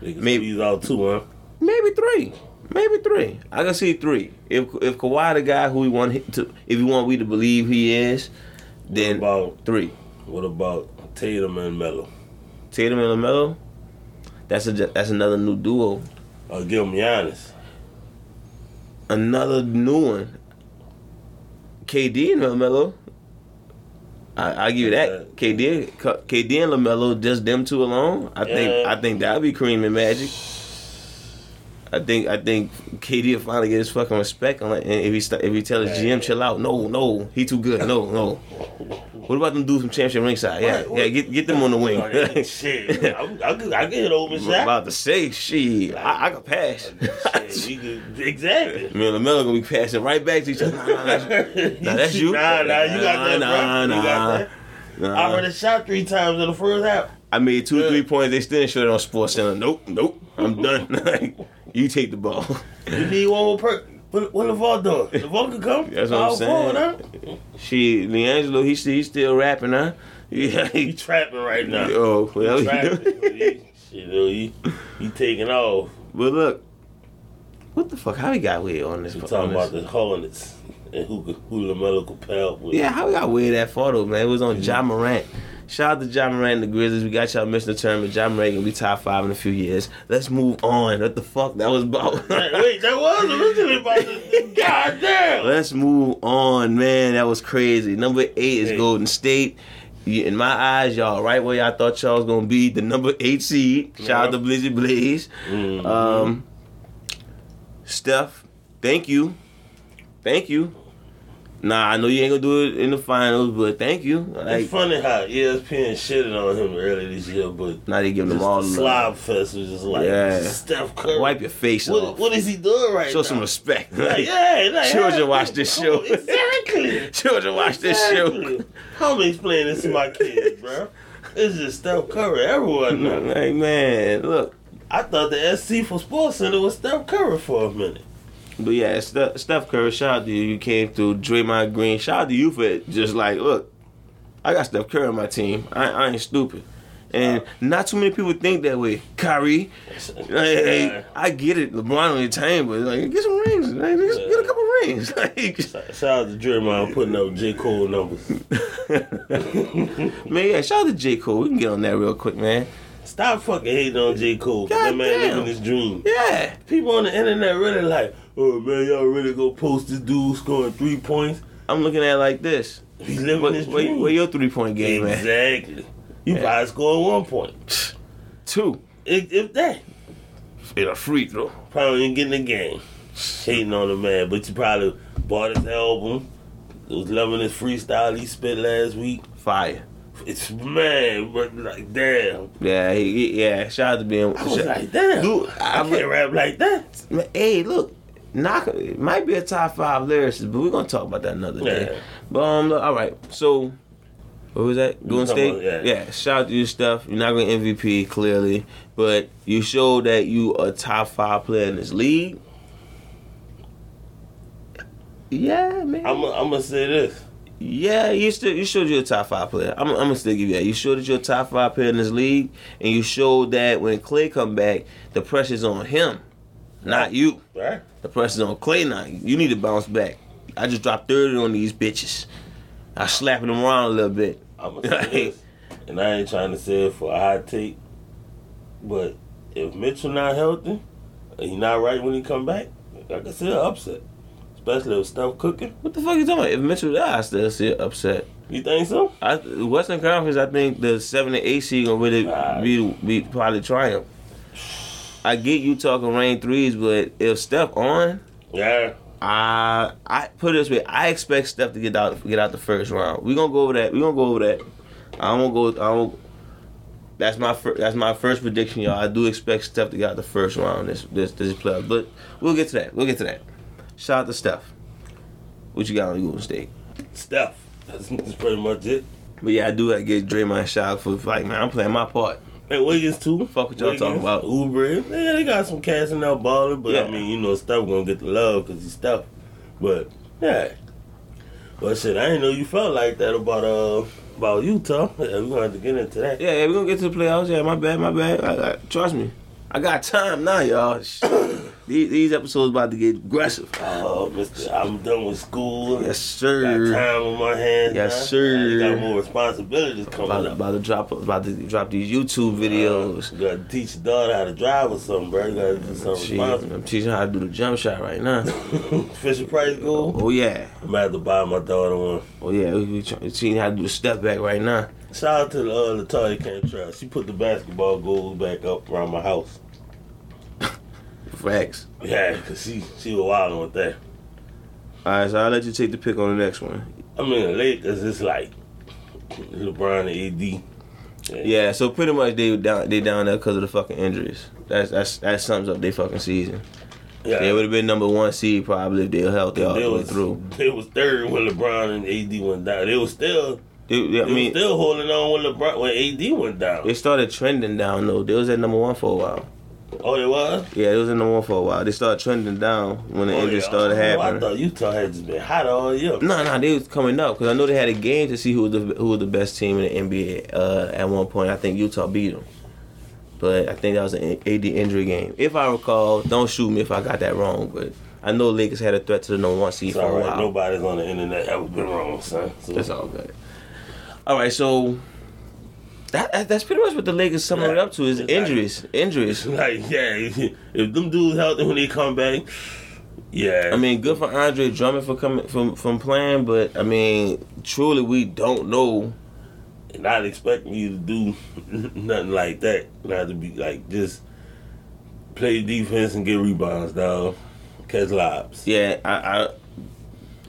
They can
Maybe-
squeeze out two, huh?
Maybe three. Maybe three. I can see three. If if Kawhi the guy who we want hi- to, if you want we to believe he is,
What
then
about
three.
what about Tatum and Melo?
Tatum and Lamelo. That's a that's another new duo.
I'll give him Giannis.
Another new one. KD and Lamelo. I I give you that. KD KD and Lamelo, just them two alone. I think
Yeah.
I think that'd be Kareem and Magic. I think I think KD will finally get his fucking respect on it. And if he st- if he tell his GM chill out, no, no, he too good, no, no. What about them dudes from Championship Ringside? Yeah,
Right, what-
yeah, get get them on the wing.
Like, shit, I'm- I could I could hit over
I'm
shot.
about to say, shit, I, I could pass.
Shit, we could, exactly.
Me and Lamelo gonna be passing right back to each other. Nah, nah, that's, nah, that's you.
Nah, nah, you got that,
Nah,
bro.
nah,
you got that.
nah.
I already shot three times in the first half.
I made two,
Yeah.
three points. They still didn't show it on Sports Center. Nope, nope. I'm done. Like, you take the ball.
You need one more per. What, what LeVar doing? LeVar can come.
That's what I'm
All
saying.
forward, huh?
She, Leangelo, he still, he still rapping, huh? Yeah.
He trapping right now.
oh, well,
He
you
trapping.
know.
He- Shit, though, he, he taking off.
but look, what the fuck? How we got way on this?
We
on
talking
this?
about the Hornets and who could- who Lamelo could pair up with.
Yeah, how we got way that far though, man? It was on
Mm-hmm.
John Morant. Shout out to John Morant and the Grizzlies. We got y'all missing the tournament. John Morant gonna be top five in a few years. Let's move on. What the fuck that was about?
Hey, Wait, that was originally about the God damn.
Let's move on, man. That was crazy. Number eight is
Hey.
Golden State. You- In my eyes, y'all right where y'all thought y'all was gonna be, the number eight seed. Shout out to Blizzy Blaze.
Mhm.
Um, Steph, thank you, thank you. Nah, I know you ain't gonna do it in the finals, but thank you. Like,
it's funny how E ESPN shitted on him earlier this year, but
now they giving
just
them all
the
the
slob fest was just like
Yeah.
Steph Curry.
Wipe your face
what,
off.
what is he doing right
Show
now?
some respect.
Like, yeah, like,
Children
how-
watch this show.
Exactly.
Children, watch this show.
Exactly. How am I explaining this to my kids, bro? This is Steph Curry. Everyone know.
Like, man, look.
I thought the SC for Sports Center was Steph Curry for a minute.
But yeah, Steph, Steph Curry, shout out to you. You came through. Draymond Green, shout out to you for it. just like, look, I got Steph Curry on my team. I, I ain't stupid. And not too many people think that way. Kyrie, like,
Yeah.
I get it. LeBron on your team, but like, get some rings. Like, just get a couple rings. Like,
Shout out to Draymond putting up J. Cole numbers.
man, yeah, shout out to J. Cole. We can get on that real quick, man.
Stop fucking hating on J. Cole. 'cause that
God
man
damn.
living his dream.
Yeah.
People on the internet really like, oh man, y'all really go post this dude scoring three points.
I'm looking at it like this.
He's living
What,
his
where,
dream.
where your three point game at?
exactly. You probably scored one point.
Two.
If, if that,
In a free throw.
probably didn't get in the game. Hating on the man, but you probably bought his album. Was loving his freestyle he spit last week.
Fire.
It's man, but like damn,
Yeah, he, he- yeah. Shout out to being.
I was
shout-
like damn,
Dude,
I,
I'm-
can't rap like that.
Man, hey, look, knock. It might be a top five lyricist, but we're gonna talk about that another
Yeah.
day. But um, look, all right. So, what was that? Golden
talking
State.
about- yeah.
yeah. Shout out to your stuff. You're not gonna MVP clearly, but you showed that you a top five player in this league. Yeah, man.
I'm I'm gonna say this.
Yeah, you still you showed you're a top five player. I'm, I'm gonna still give you that. You showed that you're a top five player in this league, and you showed that when Clay come back, the pressure's on him, not you.
Right?
The pressure's on Clay now. You need to bounce back. I just dropped 30 on these bitches. I slapping them around a little bit.
I'm gonna say this, and I ain't trying to say it for a hot take, but if Mitchell not healthy, and he not right when he come back, I can see an upset, especially if Steph cooking.
What the fuck you talking about? If Mitchell dies, I still see it upset.
You think so?
I, Western Conference, I think the seven and eight seed gonna really
Ah.
be, be probably triumph. I get you talking rain threes, but if Steph on,
Yeah.
I I put it this way, I expect Steph to get out get out the first round. We gonna go over that. We gonna go over that. I don't go. I don't. That's my fir- that's my first prediction, y'all. I do expect Steph to get out the first round this this this playoff, but we'll get to that. We'll get to that. Shout out to Steph. What you got on Golden State?
Steph. That's, that's pretty much it.
But yeah, I do like get Draymond shout out for like man, I'm playing my part.
And Wiggins too.
Fuck what y'all
Wiggins,
talking about.
Uber. Yeah, they got some cats in there balling, but I
Yeah.
mean, you know, Steph gonna get the love because he's Steph. But yeah. But shit, I didn't know you felt like that about uh about Utah. Yeah, we gonna have to get into that.
Yeah, yeah, we gonna get to the playoffs. Yeah, my bad, my bad. I, I, trust me, I got time now, y'all. these, these episodes about to get aggressive.
Oh, Mister, I'm done with school.
Yes,
Got
sir.
time on my hands.
Yes,
now.
sir.
I got more responsibilities coming
about,
up.
about to drop about to drop these YouTube videos.
Uh, you gotta teach your daughter how to drive or something, bro. You gotta do something
Shit, I'm teaching her how to do the jump shot right now.
responsible. Fisher Price School.
oh yeah,
I'm gonna have to buy my daughter one.
oh yeah. We, we try- teaching her how to do the step back right now.
Shout out to the uh, Latoya Cantrell. She put the basketball goals back up around my house.
Facts.
Yeah, 'cause she she was wilding with that.
All right, so I'll let you take the pick on the next one.
I mean, the Lakers it's like LeBron and AD.
Yeah, so pretty much they down they down there because of the fucking injuries. That's that's that sums up their fucking season.
Yeah,
They would have been number one seed probably if they were healthy all
they
the way
was
through.
They was third when LeBron and AD went down. They was still
They, they- I
they
mean,
was still holding on when LeBron when AD went down.
they started trending down though. They was at number one for a while.
oh, they was.
Yeah, they was at number one for a while. They started trending down when the
oh,
injuries
yeah.
started
Oh,
happening.
I thought Utah had just been hot all year.
No, no, they was coming up because I know they had a game to see who was the who was the best team in the NBA. Uh, at one point, I think Utah beat them, but I think that was an AD injury game, if I recall. Don't shoot me if I got that wrong, but I know Lakers had a threat to the number one seed
It's
for a
all right.
while.
Nobody's on the internet ever been wrong, son. So,
That's all good. All right, so that, that that's pretty much what the Lakers summing it up to is
Exactly.
injuries, injuries.
Like, yeah, if, if them dudes healthy when they come back, yeah.
I mean, good for Andre Drummond for coming from from playing, but I mean, truly, we don't know.
not expecting you to do nothing like that. Not to be like just play defense and get rebounds, dog. Catch lobs.
Yeah, I,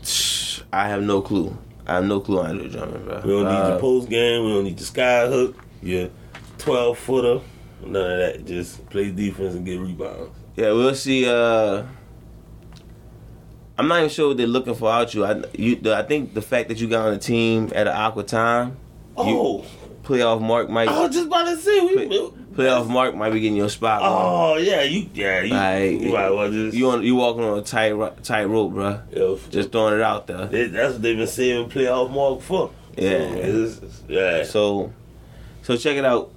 I, I have no clue. I have no clue on Andre Drummond, bro.
We don't need
Uh,
your post game. We don't need your sky hook. Your twelve footer. None of that. Just play defense and get rebounds.
yeah, we'll see. Uh, I'm not even sure what they're looking for out you. I, you, the, I think the fact that you got on the team at an awkward time,
Oh,
playoff mark might
I was just about to say we.
playoff mark might be getting your spot. bro.
Oh yeah, you yeah you,
Like,
you might as well just
You on you walking on a tight ro- tight rope, bro.
Yeah,
Just throwing it out there.
They, that's what they've been saying playoff mark for.
Yeah.
So, it's- it's- yeah.
So, so check it out.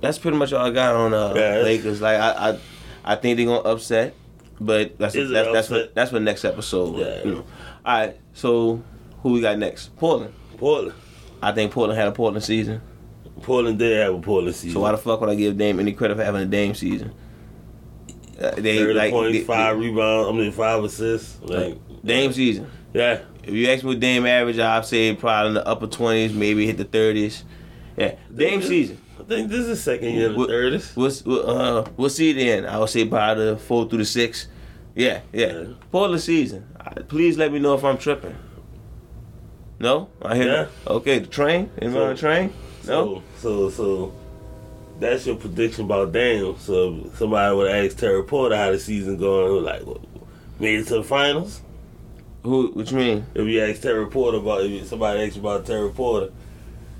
That's pretty much all I got on uh,
Yeah, that's-
Lakers. Like I, I, I think they're gonna upset, but that's
Is it
that's, that's
upset?
what that's what next episode.
Yeah.
You know. All right. So who we got next? Portland.
Portland.
I think Portland had a Portland season.
Portland did have a Portland season.
So why the fuck would I give Dame any credit for having a Dame season? Uh, they
Thirty
like
points,
they-
five rebounds. I mean, five assists. Like,
Dame season.
yeah,
If you ask me what Dame average, I'd say probably in the upper twenties, maybe hit the thirties. Yeah, Dame season.
I think this is second year, the
What-
thirdest.
What's what, uh, what seed they in? I would say probably the four through the six. Yeah, yeah.
Yeah.
Portland season. I- Please let me know if I'm tripping. No, I hear.
Yeah.
Okay, the train. Am I on the
So-
train? No.
So, so, so that's your prediction about Daniel. So if somebody would ask Terry Porter how the season going. Like, what, made it to the finals.
Who? What you mean?
If you ask Terry Porter about, if somebody asks you about Terry Porter,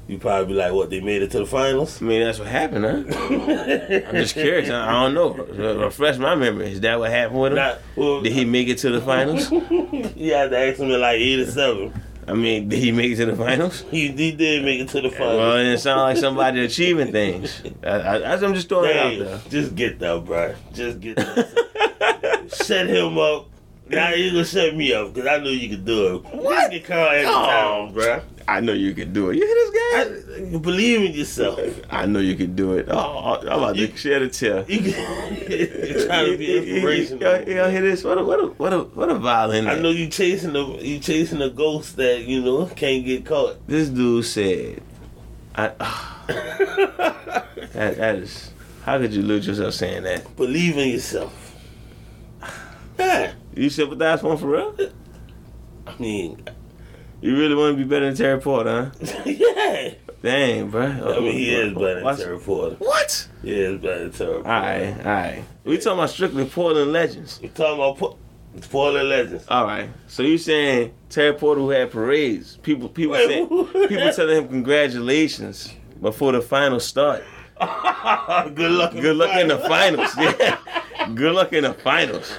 you probably be like, what they made it to the finals.
I mean that's what happened, huh?
I'm
I'm just curious. I, I don't know. Uh, Refresh my memory. Is that what happened with him?
Not, well,
Did he make it to the finals?
you had to ask him in like eight or seven.
I mean, did he make it to the finals?
He, he did make it to the finals.
Well, it sounds like somebody achieving things. I, I, I'm just throwing
Dang,
it out
just get that, bro. Just get that. shut him up. Now you gonna shut me up because I knew you could do it.
What?
You can call every
Oh.
time, bro.
there. I know you could do it. You hear this guy?
You believe in yourself.
I know you could do it. Oh, I'm about to
You-
share the tear.
You can, you're trying to be
Y'all, y'all
inspirational.
hear this? What a what a what a what a violin.
I know you chasing the you chasing a ghost that you know can't get caught.
This dude said, I, ah, that, that is how could you lose yourself saying that?
Believe in yourself. Yeah,
You sympathize with him for real?
I mean,
You really want to be better than Terry Porter, huh?
yeah.
Dang, bro.
I mean, he is better than
Watch-
Terry Porter.
What?
He is better than Terry Porter.
All right, all right. We talking about strictly Portland legends.
You talking about po- Portland legends?
All right. So you saying Terry Porter who had parades? People, people
Wait,
saying,
who-
people telling him congratulations before the final start.
Good luck.
Good luck in the finals. Yeah. Good luck in the finals.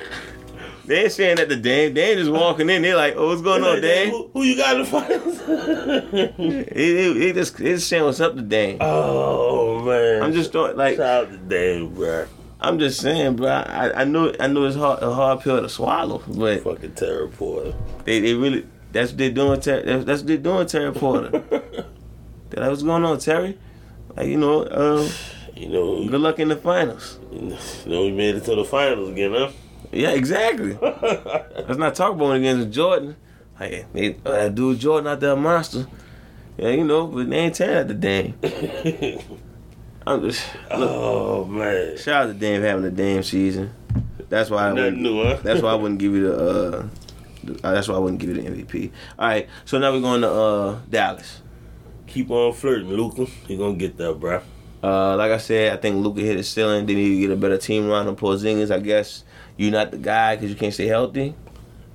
They ain't saying that the Dame. Dame just walking in. They're like, "Oh, what's going on, Dame?"
Who, who you got in the finals?
He, he, he just, he just saying what's up to Dame.
oh man.
I'm just throwing, like,
shout out to Dave, bro.
I'm just saying, bro. I, I know, I know it's hard, a hard pill to swallow, but
Fucking Terry Porter.
They, they really that's what they're doing. Ter- that's that's what they're doing, Terry Porter. They're like, what's going on, Terry? Like you know, uh,
You know, who-
good luck in the finals.
you know we made it to the finals again, huh?
Yeah, exactly. Let's not talk about it against Jordan. Like they, uh, that dude Jordan out there a monster. Yeah, you know, but they ain't tearing at the Dame. I'm just look,
oh man.
shout out to Dame for having a Dame season. That's why I
Nothing
wouldn't-
new, huh?
That's why I wouldn't give you the. Uh, the- uh, that's why I wouldn't give you the MVP. All right, so now we're going to uh, Dallas.
Keep on flirting, Luca. You gonna get that, bro.
Uh, like I said, I think Luca hit his ceiling. They need to get a better team around him. Porzingis, I guess you're not the guy because you can't stay healthy.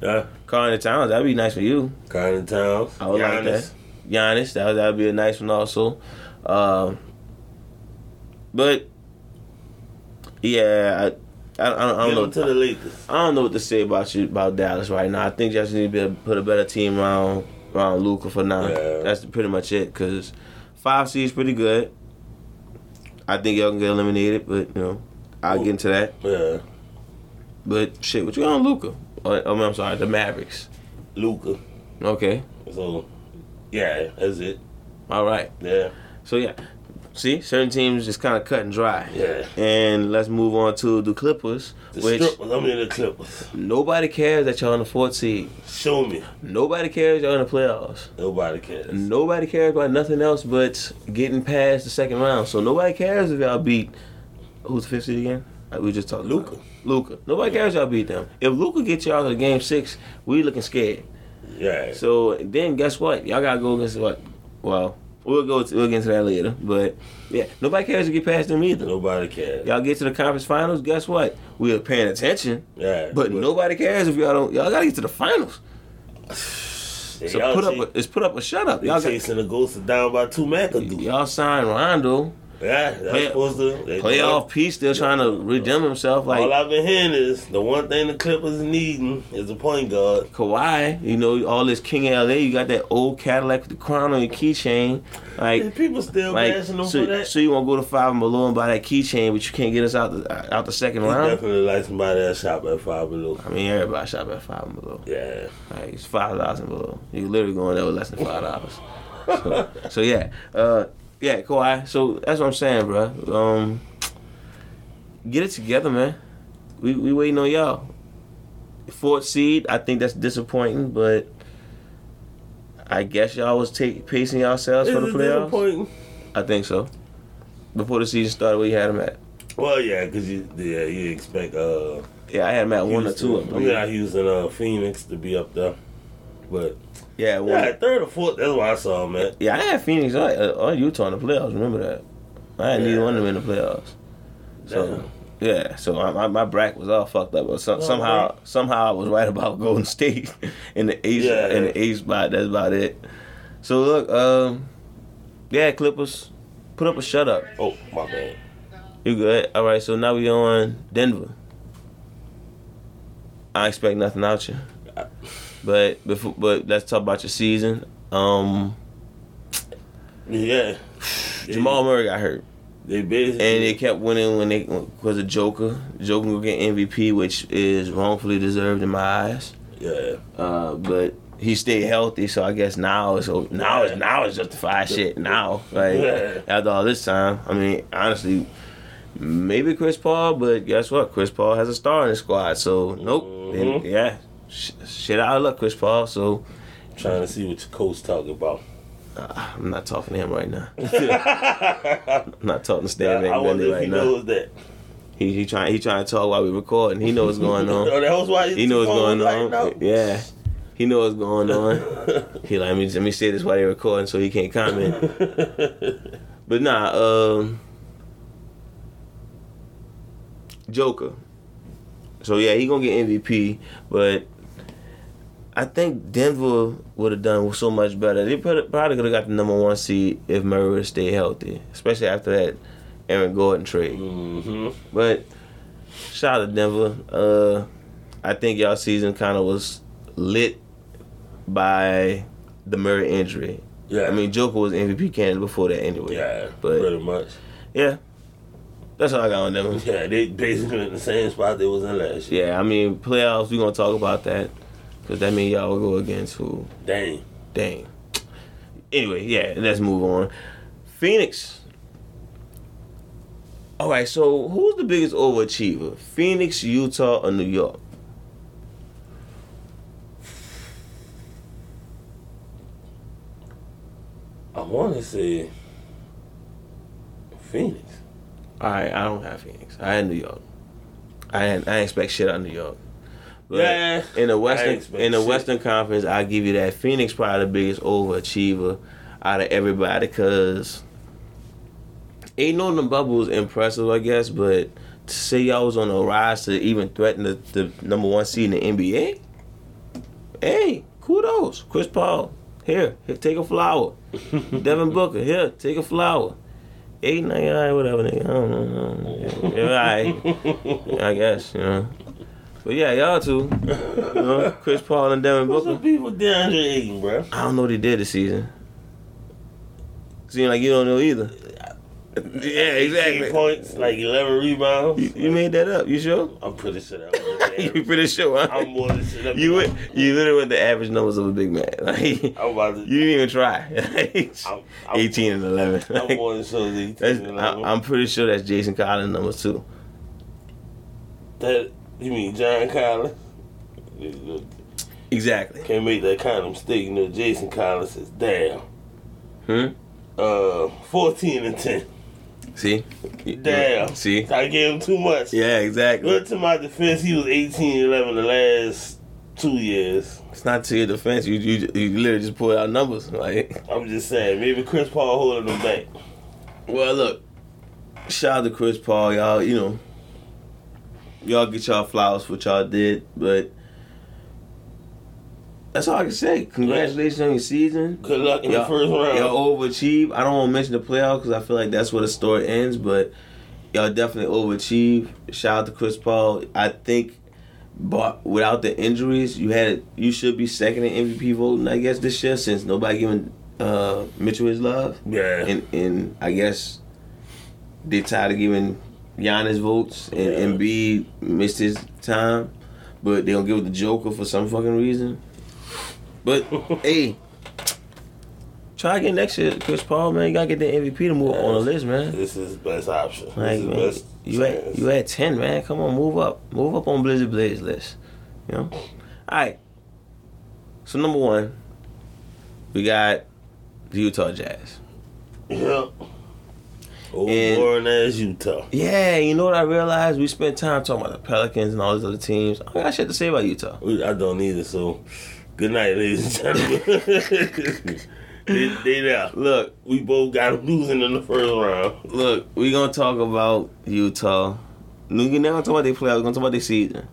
Yeah.
Carl Towns, that'd be nice for you.
Carlton Towns.
I would like that. Giannis, that would, that'd be a nice one also. Um, but yeah, I, I, I don't, I
Give him
don't
to
know.
the Lakers.
I don't know what to say about you about Dallas right now. I think you just need to be able to put a better team around around Luca for now.
Yeah.
That's pretty much it. Cause five seed is pretty good. I think y'all can get eliminated, but you know, I'll get into that.
Yeah.
But shit, what you got on Luca? I mean, I'm sorry, the Mavericks.
Luca.
Okay,
So yeah, that's it.
all right.
Yeah.
So yeah, see, certain teams just kind of cut and dry.
Yeah.
And let's move on to the Clippers,
The
which
strippers, I mean the Clippers.
nobody cares that y'all in the fourth seed.
Show me.
Nobody cares y'all in the playoffs.
Nobody cares.
Nobody cares about nothing else but getting past the second round. So nobody cares if y'all beat who's the fifth seed again? Like we just talked
Luka.
Luca. Nobody cares y'all beat them. If Luca gets y'all to game six, we looking scared.
Yeah.
So then guess what? Y'all gotta go against what? Well, we'll go to, we'll get into that later. But yeah, nobody cares to get past them either.
Nobody cares.
Y'all get to the conference finals. Guess what? We are paying attention,
Yeah.
but nobody cares if y'all don't. Y'all gotta get to the finals.
Yeah,
So
y'all
put
chase-
up, a, it's put up a shut up.
they
Y'all, got,
chasing the ghost down by two McAdoo. Yeah,
y'all signed Rondo.
that's
Play-
supposed to. They
playoff piece still trying to redeem himself
All
like
I've been hearing is the one thing the Clippers needing is a point guard.
Kawhi, you know, all this King of LA, you got that old Cadillac with the crown on your keychain.
And
Like
people still
like
bashing them for
so,
that.
so you wanna go to five and below and buy that keychain, but you can't get us out the out the second
It's
round.
definitely like somebody that shop at five below.
I mean everybody shop at five and below.
Yeah.
Like it's five dollars and below. You literally going there with less than five dollars. So, so yeah. Uh Yeah, Kawhi. So that's what I'm saying, bro. Um, get it together, man. We we waiting on y'all. Fourth seed, I think that's disappointing, but I guess y'all was take, pacing yourselves for the
It's
playoffs.
disappointing.
I think so. Before the season started, we had them at.
Well, yeah, because you, yeah, you expect uh,
Yeah, I had them at one or
Houston-
two. I believe.
Yeah, Houston, uh, Phoenix to be up there, but
Yeah, one.
yeah, third or fourth. That's what I saw, man.
Yeah, I had Phoenix or, or Utah in the playoffs. Remember that? I had neither
Yeah.
one of them in the playoffs. So
Damn.
yeah, so I, my my bracket was all fucked up, but some,
No,
somehow
right.
somehow I was right about Golden State in the eighth
Yeah.
in the eighth spot. That's about it. So look, um, yeah, Clippers, put up a shut up.
Oh my bad.
You good? All right, so now we on Denver. I expect nothing out you, but before, but let's talk about your season. Um,
Yeah,
Jamal Murray got hurt.
They basically
And they kept winning when they because of Joker. Joker will get MVP, which is wrongfully deserved in my eyes.
yeah.
Uh, but he stayed healthy, so I guess now it's o- now it's now it's justified shit now. Like
Yeah.
after all this time, I mean honestly, maybe Chris Paul, but guess what? Chris Paul has a star in his squad, so nope.
Mhm.
They- yeah, sh- shit out of luck, Chris Paul. So
Trying to see what your coach talking about.
uh, I'm not talking to him right now.
I,
I'm not talking to Stan
I
Van
wonder if
right
he
now.
knows that.
He he trying he trying to talk while we recording. He know what's going on.
Oh, that was why
He know what's going on.
Right now.
Yeah. He know what's going on. He like, let me, let me say this while they recording so he can't comment. But nah, um, Joker. So yeah, he gonna get MVP, but I think Denver would have done so much better. They prob- probably could have got the number one seed if Murray would have stayed healthy, especially after that Aaron Gordon trade.
hmm
But shout out to Denver. Uh, I think y'all season kind of was lit by the Murray injury.
Yeah.
I mean, Joker was MVP candidate before that anyway.
yeah,
But
pretty much.
yeah, that's all I got on Denver.
Yeah, they basically in the same spot they was in last year.
Yeah, I mean playoffs. We gonna talk about that because that means y'all will go against who?
Dang.
Dang. Anyway, yeah, let's move on. Phoenix. All right, so who's the biggest overachiever? Phoenix, Utah, or New York?
I want to say Phoenix.
All right, I don't have Phoenix. I had New York. I ain't, I ain't expect shit out of New York. But
Yeah,
in the
I
Western
ain't expect
in the
shit.
Western Conference, I give you that Phoenix probably the biggest overachiever out of everybody because ain't on the bubble was impressive, I guess. But to say y'all was on the rise to even threaten the, the number one seed in the NBA, hey, kudos, Chris Paul. Here, here take a flower. Devin Booker, here, take a flower. Eight, nine, all right, whatever, nigga. I don't know. I don't know. Yeah, all right. I guess, you know. But yeah, y'all two. You know, Uh-huh. Chris Paul and Devin
What's up
Booker.
people DeAndre Ayton, bro?
I don't know what he did this season. Seem like you don't know either. Yeah,
18
exactly.
Points, like 11 rebounds.
You, you made that up. You sure?
I'm pretty sure that was
you
it.
pretty sure?
I'm
Huh?
more than shit up.
You went, you literally went the average numbers of a big man. Like, you
I'm about to.
didn't even try.
I'm, I'm,
18 and 11.
I'm more than sure that he
That's,
took it
I,
along.
I'm pretty sure that's Jason Collins number two.
That you mean John Collins? You know,
Exactly.
Can't make that kind of mistake. You know, Jason Collins says, "Damn,
Hmm.
uh, 14 and 10.
See.
Damn,
See.
I gave him too much."
Yeah. Exactly.
But to my defense, he was 18 11 the last two years.
It's not to your defense. You you, you literally just pulled out numbers. Like.
I'm just saying, maybe Chris Paul holding him back.
Well, look. Shout out to Chris Paul, y'all. You know. Y'all get y'all flowers for what y'all did, but that's all I can say. Congratulations on your season.
Good luck in the first round.
Y'all overachieve. I don't want to mention the playoff because I feel like that's where the story ends, but y'all definitely overachieve. Shout out to Chris Paul. I think, but without the injuries, you had you should be second in MVP voting. I guess this year since nobody giving uh, Mitchell his love,
yeah.
and and I guess they tired of giving Giannis votes and
Yeah.
Embiid missed his time, but they don't give it to Joker for some fucking reason. But hey, Try again next year, Chris Paul, man. You gotta get the MVP to move on the list, man.
This is best option.
Like,
this
man,
is best
you at
chance.
you at ten, man. Come on, move up, move up on Blizzard Blaze list. You know. All right. So number one, we got the Utah Jazz.
Yeah. Old
And-
boring ass Utah.
Yeah, you know what I realized? We spent time talking about the Pelicans and all these other teams. I got shit to say about Utah.
We- I don't either, so good night, ladies and gentlemen. they, they there.
Look,
We both got them losing in the first round.
Look, we gonna talk about Utah. No, We're not gonna talk about their playoffs. We're gonna talk about their season.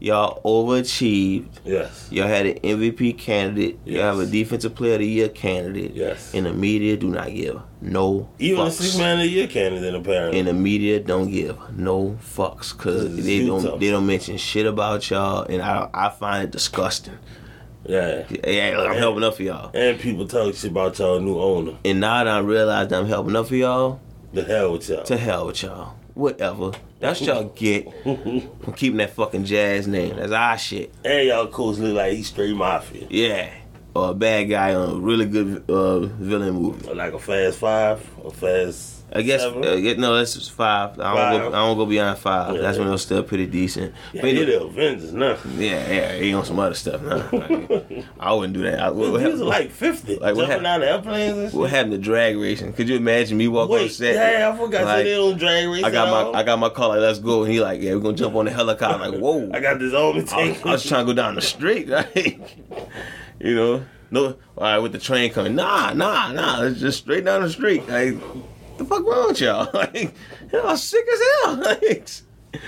Y'all overachieved.
Yes.
Y'all had an MVP candidate. Y'all have a
Yes.
defensive player of the year candidate.
Yes.
And the media do not give no
Even the
fucks.
six man of the year candidate, apparently.
And the media don't give no fucks because
It's
they
Utah.
don't they don't mention shit about y'all, and I I find it disgusting.
yeah.
Yeah, I'm helping up for y'all.
And people talk shit about y'all new owner.
And now that I realize that I'm helping up for y'all,
The hell with y'all.
to hell with y'all. Whatever. That's what y'all get. I'm keeping that fucking jazz name. That's our shit.
and y'all coach look like he's straight mafia.
Yeah. Or a bad guy on a really good uh, villain movie.
Like a fast five, a fast.
I guess
seven.
uh, yeah, no, that's just five. I don't, Go,
Five.
I don't go beyond five.
Yeah.
That's when it was still pretty decent.
yeah,
But
they
it-
the Avengers, nah.
yeah, yeah, he on some other stuff. Nah, Like, I wouldn't do that. I, what,
These
what
are
happened,
like 50.
Like, what
jumping out of airplanes and shit.
what happened to drag racing? Could you imagine me walking on
Wait,
set?
yeah, I forgot
like,
like, they don't drag race
I
at
got
all.
my I got my car like let's go, and he like yeah we're gonna jump on the helicopter. I'm like whoa,
I got this army
I was,
tank.
I was trying to go down the street, like, you know, no, all right, with the train coming, nah, nah, nah, it's just straight down the street, like, the fuck wrong with y'all, like, y'all sick as hell, like,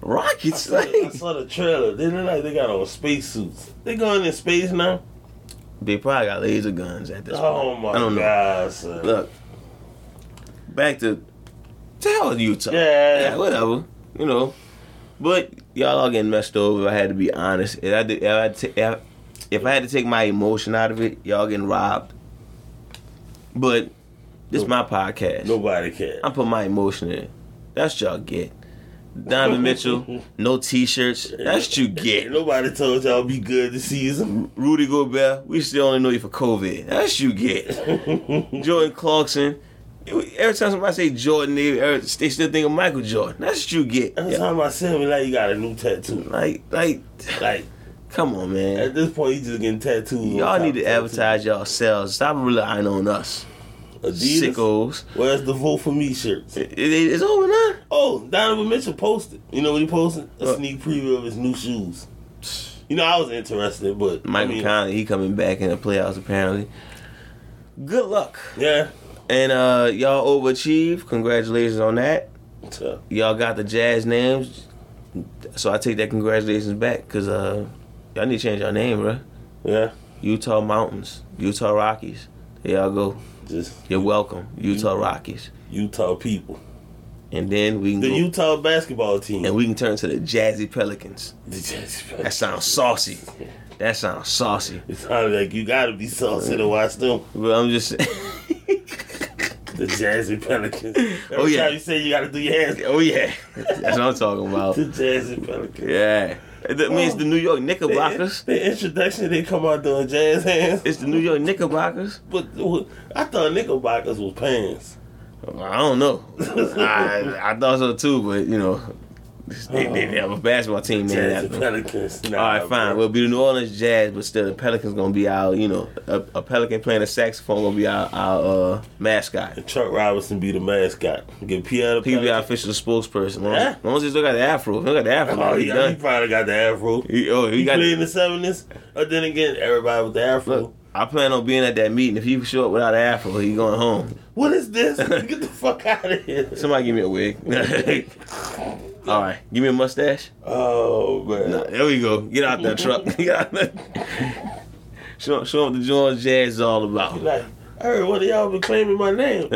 rockets,
I
like,
saw the trailer. They look like they got on spacesuits. They going in space now.
they probably got laser guns at this
Oh
point.
my
I don't know.
god, son.
Look, back to to hell with Utah,
Yeah.
yeah, whatever, you know, but y'all all getting messed over. I had to be honest. If I did, if I, t- if, if I had to take my emotion out of it, y'all getting robbed. But this my podcast.
Nobody cares.
I'm putting my emotion in. it. That's what y'all get. Donovan Mitchell, no T-shirts. That's what you
Ain't
get.
Nobody told y'all be good this season.
Rudy Gobert, we still only know you for COVID. That's what you get. Jordan Clarkson. Every time somebody say Jordan, they, they still think of Michael Jordan. That's what you get.
Every time I see him, he like you got a new tattoo.
Like, like,
Like
come on, man.
at this point, you just getting tattoos. on
Y'all
top
need to
of tattoos.
advertise y'all selves. Stop relying on us,
Adidas.
sickos.
Where's the vote for me shirts?
It, it- it's over now.
Oh, Donovan Mitchell posted. You know what he posted? A
What?
sneak preview of his new shoes. You know, I was interested, but I
Michael
mean,
Conley, he coming back in the playoffs apparently. Good luck,
yeah.
and uh, y'all overachieved. Congratulations on that.
So,
Y'all got the Jazz names, so I take that congratulations back because uh, y'all need to change your name, bruh.
yeah,
Utah Mountains, Utah Rockies. There y'all go.
just
You're welcome, Utah Rockies.
Utah people.
And then we can
The
go,
Utah basketball team.
and we can turn to the Jazzy Pelicans.
The Jazz-
That sounds saucy. That sounds saucy.
It sounded like you gotta be saucy to watch them.
But I'm just
The Jazzy Pelicans. Every
Oh, yeah.
time you say you gotta do your hands.
Oh yeah. That's what I'm talking about.
The Jazzy Pelicans.
Oh. Yeah. That means the New York Knickerbockers.
The, introduction, they come out doing jazz hands.
It's the New York Knickerbockers.
But I thought Knickerbockers was pants.
I don't know. I, I thought so too, but you know, they, they, they have a basketball team named
Jazzy
after them.
Pelicans. Nah,
All right, fine.
bro.
We'll be the New Orleans Jazz, but still the Pelicans gonna be our, you know, a, a Pelican playing a saxophone gonna be our, our uh, mascot.
Chuck Robinson be the mascot. Get Pierre the
He can be our
Pelican.
official spokesperson. Long,
Yeah.
as long as he still got the afro, If he don't got the afro.
Oh,
he
yeah, he
done.
probably got the afro. He,
He, oh, he got.
played in the 70s. But then again, everybody with the afro.
Look, I plan on being at that meeting. If he show up without an afro, he going home.
What is this? Get the fuck out of here.
Somebody give me a wig. All right, give me a mustache.
Oh, man.
Nah, there we go. Get out that truck. Get out that. Show, show him what the John Jazz is all about.
Like, I heard one of y'all been claiming my name.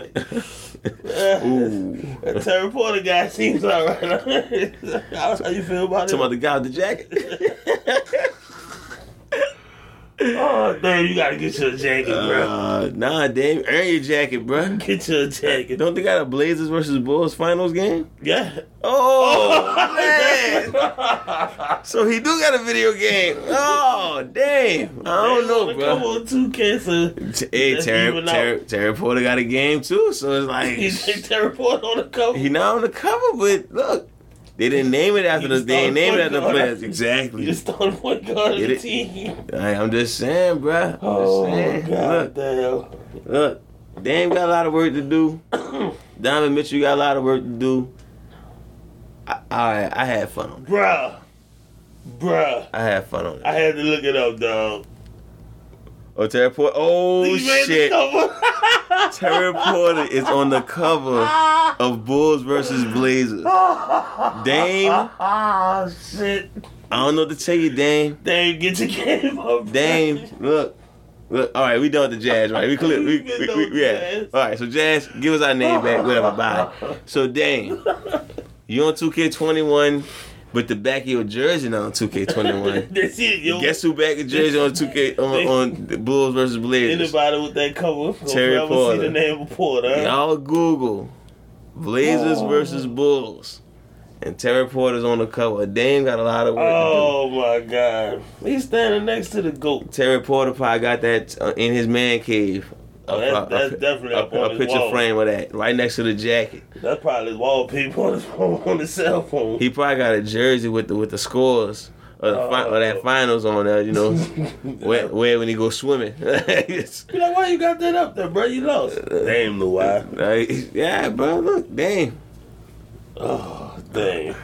Ooh.
That Terry Porter guy seems alright. How how you feel about
Talking about
it?
the guy with the jacket.
Oh damn, you gotta get your jacket, bro.
Uh, nah, damn, earn your jacket, bro.
Get your jacket.
Don't they got a Blazers versus Bulls finals game?
Yeah.
Oh, man. so he do got a video game. Oh, damn. I don't know,
Come
bro.
on, two cancer.
Hey,
That's
Terry,
even
Terry, Terry Porter got a game too, so it's
He's
like
report on the cover.
he not on the cover, but look, they didn't name it after
You
the
just
they didn't
thought it
name it
was
after the
going
players.
up.
Exactly.
You just throw the point guard on
Get
the
it?
team.
Like, I'm just saying, bro. I'm just
Oh
saying. Look,
god damn.
look, Dame got a lot of work to do. Diamond Mitchell got a lot of work to do. I, all right, I had fun on it.
Bruh. Bruh.
I had fun on it.
I had to look it up, dog.
Oh, Terry Porter. Oh,
He made
shit.
The
Terry Porter is on the cover
cover.
of Bulls versus Blazers. Dame, I
Ah shit.
don't know what to tell you, Dame.
Dame, get your game up. bruh.
Dame, look. Look, all right, we done with the Jazz, right? We clear. We, we, we, we- yeah. All right, so Jazz, give us our name back, whatever. Bye. So Dame, you on 2K21, but the back of your jersey not on 2K21.
That's it, yo.
Guess who back of jersey on 2K on, on the Bulls versus Blazers?
Anybody with that cover, will
Terry
forever
Porter.
see the name of Porter. huh?
Y'all Google Blazers
Oh.
versus Bulls, and Terry Porter's on the cover. Dame got a lot of work. to do.
Oh my God! He's standing next to the goat.
Terry Porter probably got that uh, in his man cave.
Oh, that's- that's definitely up on
a
his
picture
wall.
frame of that right next to the jacket.
That's probably his wallpaper on his phone, on his cell phone.
He probably got a jersey with the with the scores or, the fi- or
Oh.
that finals on there. You know, where, where when he go swimming. It's-
Be like, why you got that up there, bro? You lost. Damn, the why?
like, yeah, bro. Look, damn.
Oh, damn.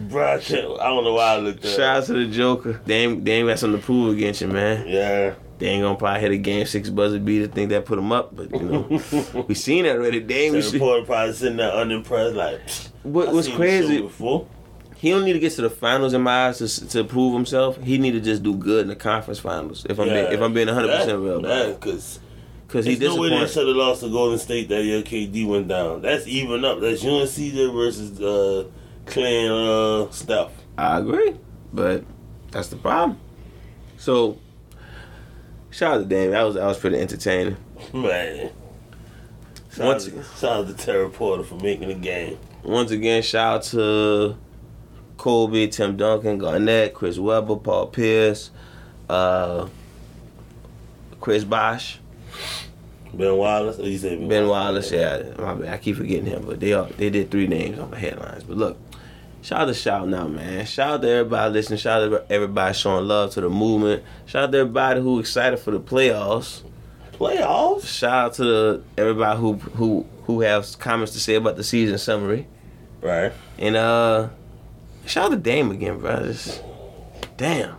Bro, I can't- I don't know why I looked at.
Shout out to the Joker. Dame, Dame got something to prove against you, man.
Yeah.
Dame gonna probably hit a game six buzzer beater. Think that put him up, but you know, we seen that already. Dame, you
The
should,
reporter probably sitting there unimpressed, like.
what
I
was
seen this
crazy?
shit Before.
he don't need to get to the finals in my eyes to, to prove himself. He need to just do good in the conference finals. If I'm being, if I'm being 100 percent real,
man, because
because he
there's no way they
disappointed.
should have lost to Golden State that year. KD went down. That's even up. That's UNC there versus uh, Clay and uh, Steph.
I agree, but that's the problem. So, shout out to Dame. That was that was pretty entertaining.
Man. Shout,
Once-
out, to- shout out to Terry Porter for making the game.
Once again, shout out to Kobe, Tim Duncan, Garnett, Chris Webber, Paul Pierce, uh, Chris Bosch,
Ben Wallace, oh, you say Ben,
Ben Wallace. Yeah, my bad. I keep forgetting him, but they are, they did three names on the headlines. But look, shout out to shout now, man. Shout out to everybody listening. Shout out to everybody showing love to the movement. Shout out to everybody who excited for the playoffs.
Playoffs?
Shout out to the, everybody who who who has comments to say about the season summary.
Right.
And uh shout out to Dame again, bro. Just, damn.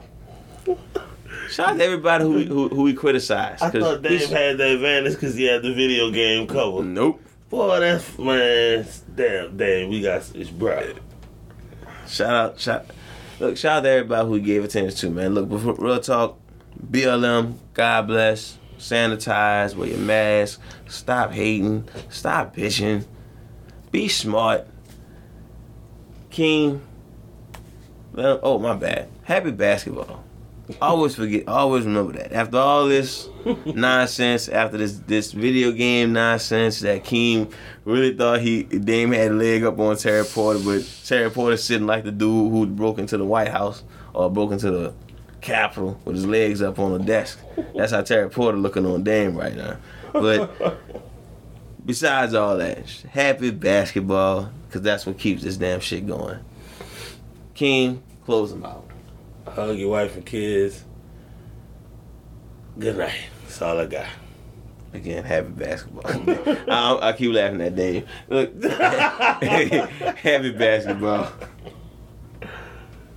Shout out to everybody who who, who we criticized.
I
'cause
thought Dame
this- Mm.
had the advantage because he had the video game cover.
Nope.
Boy, that's man, damn, damn, we got it's bruh.
Shout out, shout. Look, shout out to everybody who gave attention to, man. Look, before, real talk, BLM, God bless, sanitize, wear your mask, stop hating, stop bitching, be smart. King, well, oh, my bad. Happy basketball. Always forget, always remember that. After all this nonsense, after this this video game nonsense, that Keem really thought he Dame had a leg up on Terry Porter, but Terry Porter sitting like the dude who broke into the White House or broke into the Capitol with his legs up on the desk. That's how Terry Porter looking on Dame right now. But besides all that, happy basketball, because that's what keeps this damn shit going. King, close him out.
Hug your wife and kids. Good night. That's all I got.
Again, happy basketball. I, I keep laughing at Dame. Look, happy basketball.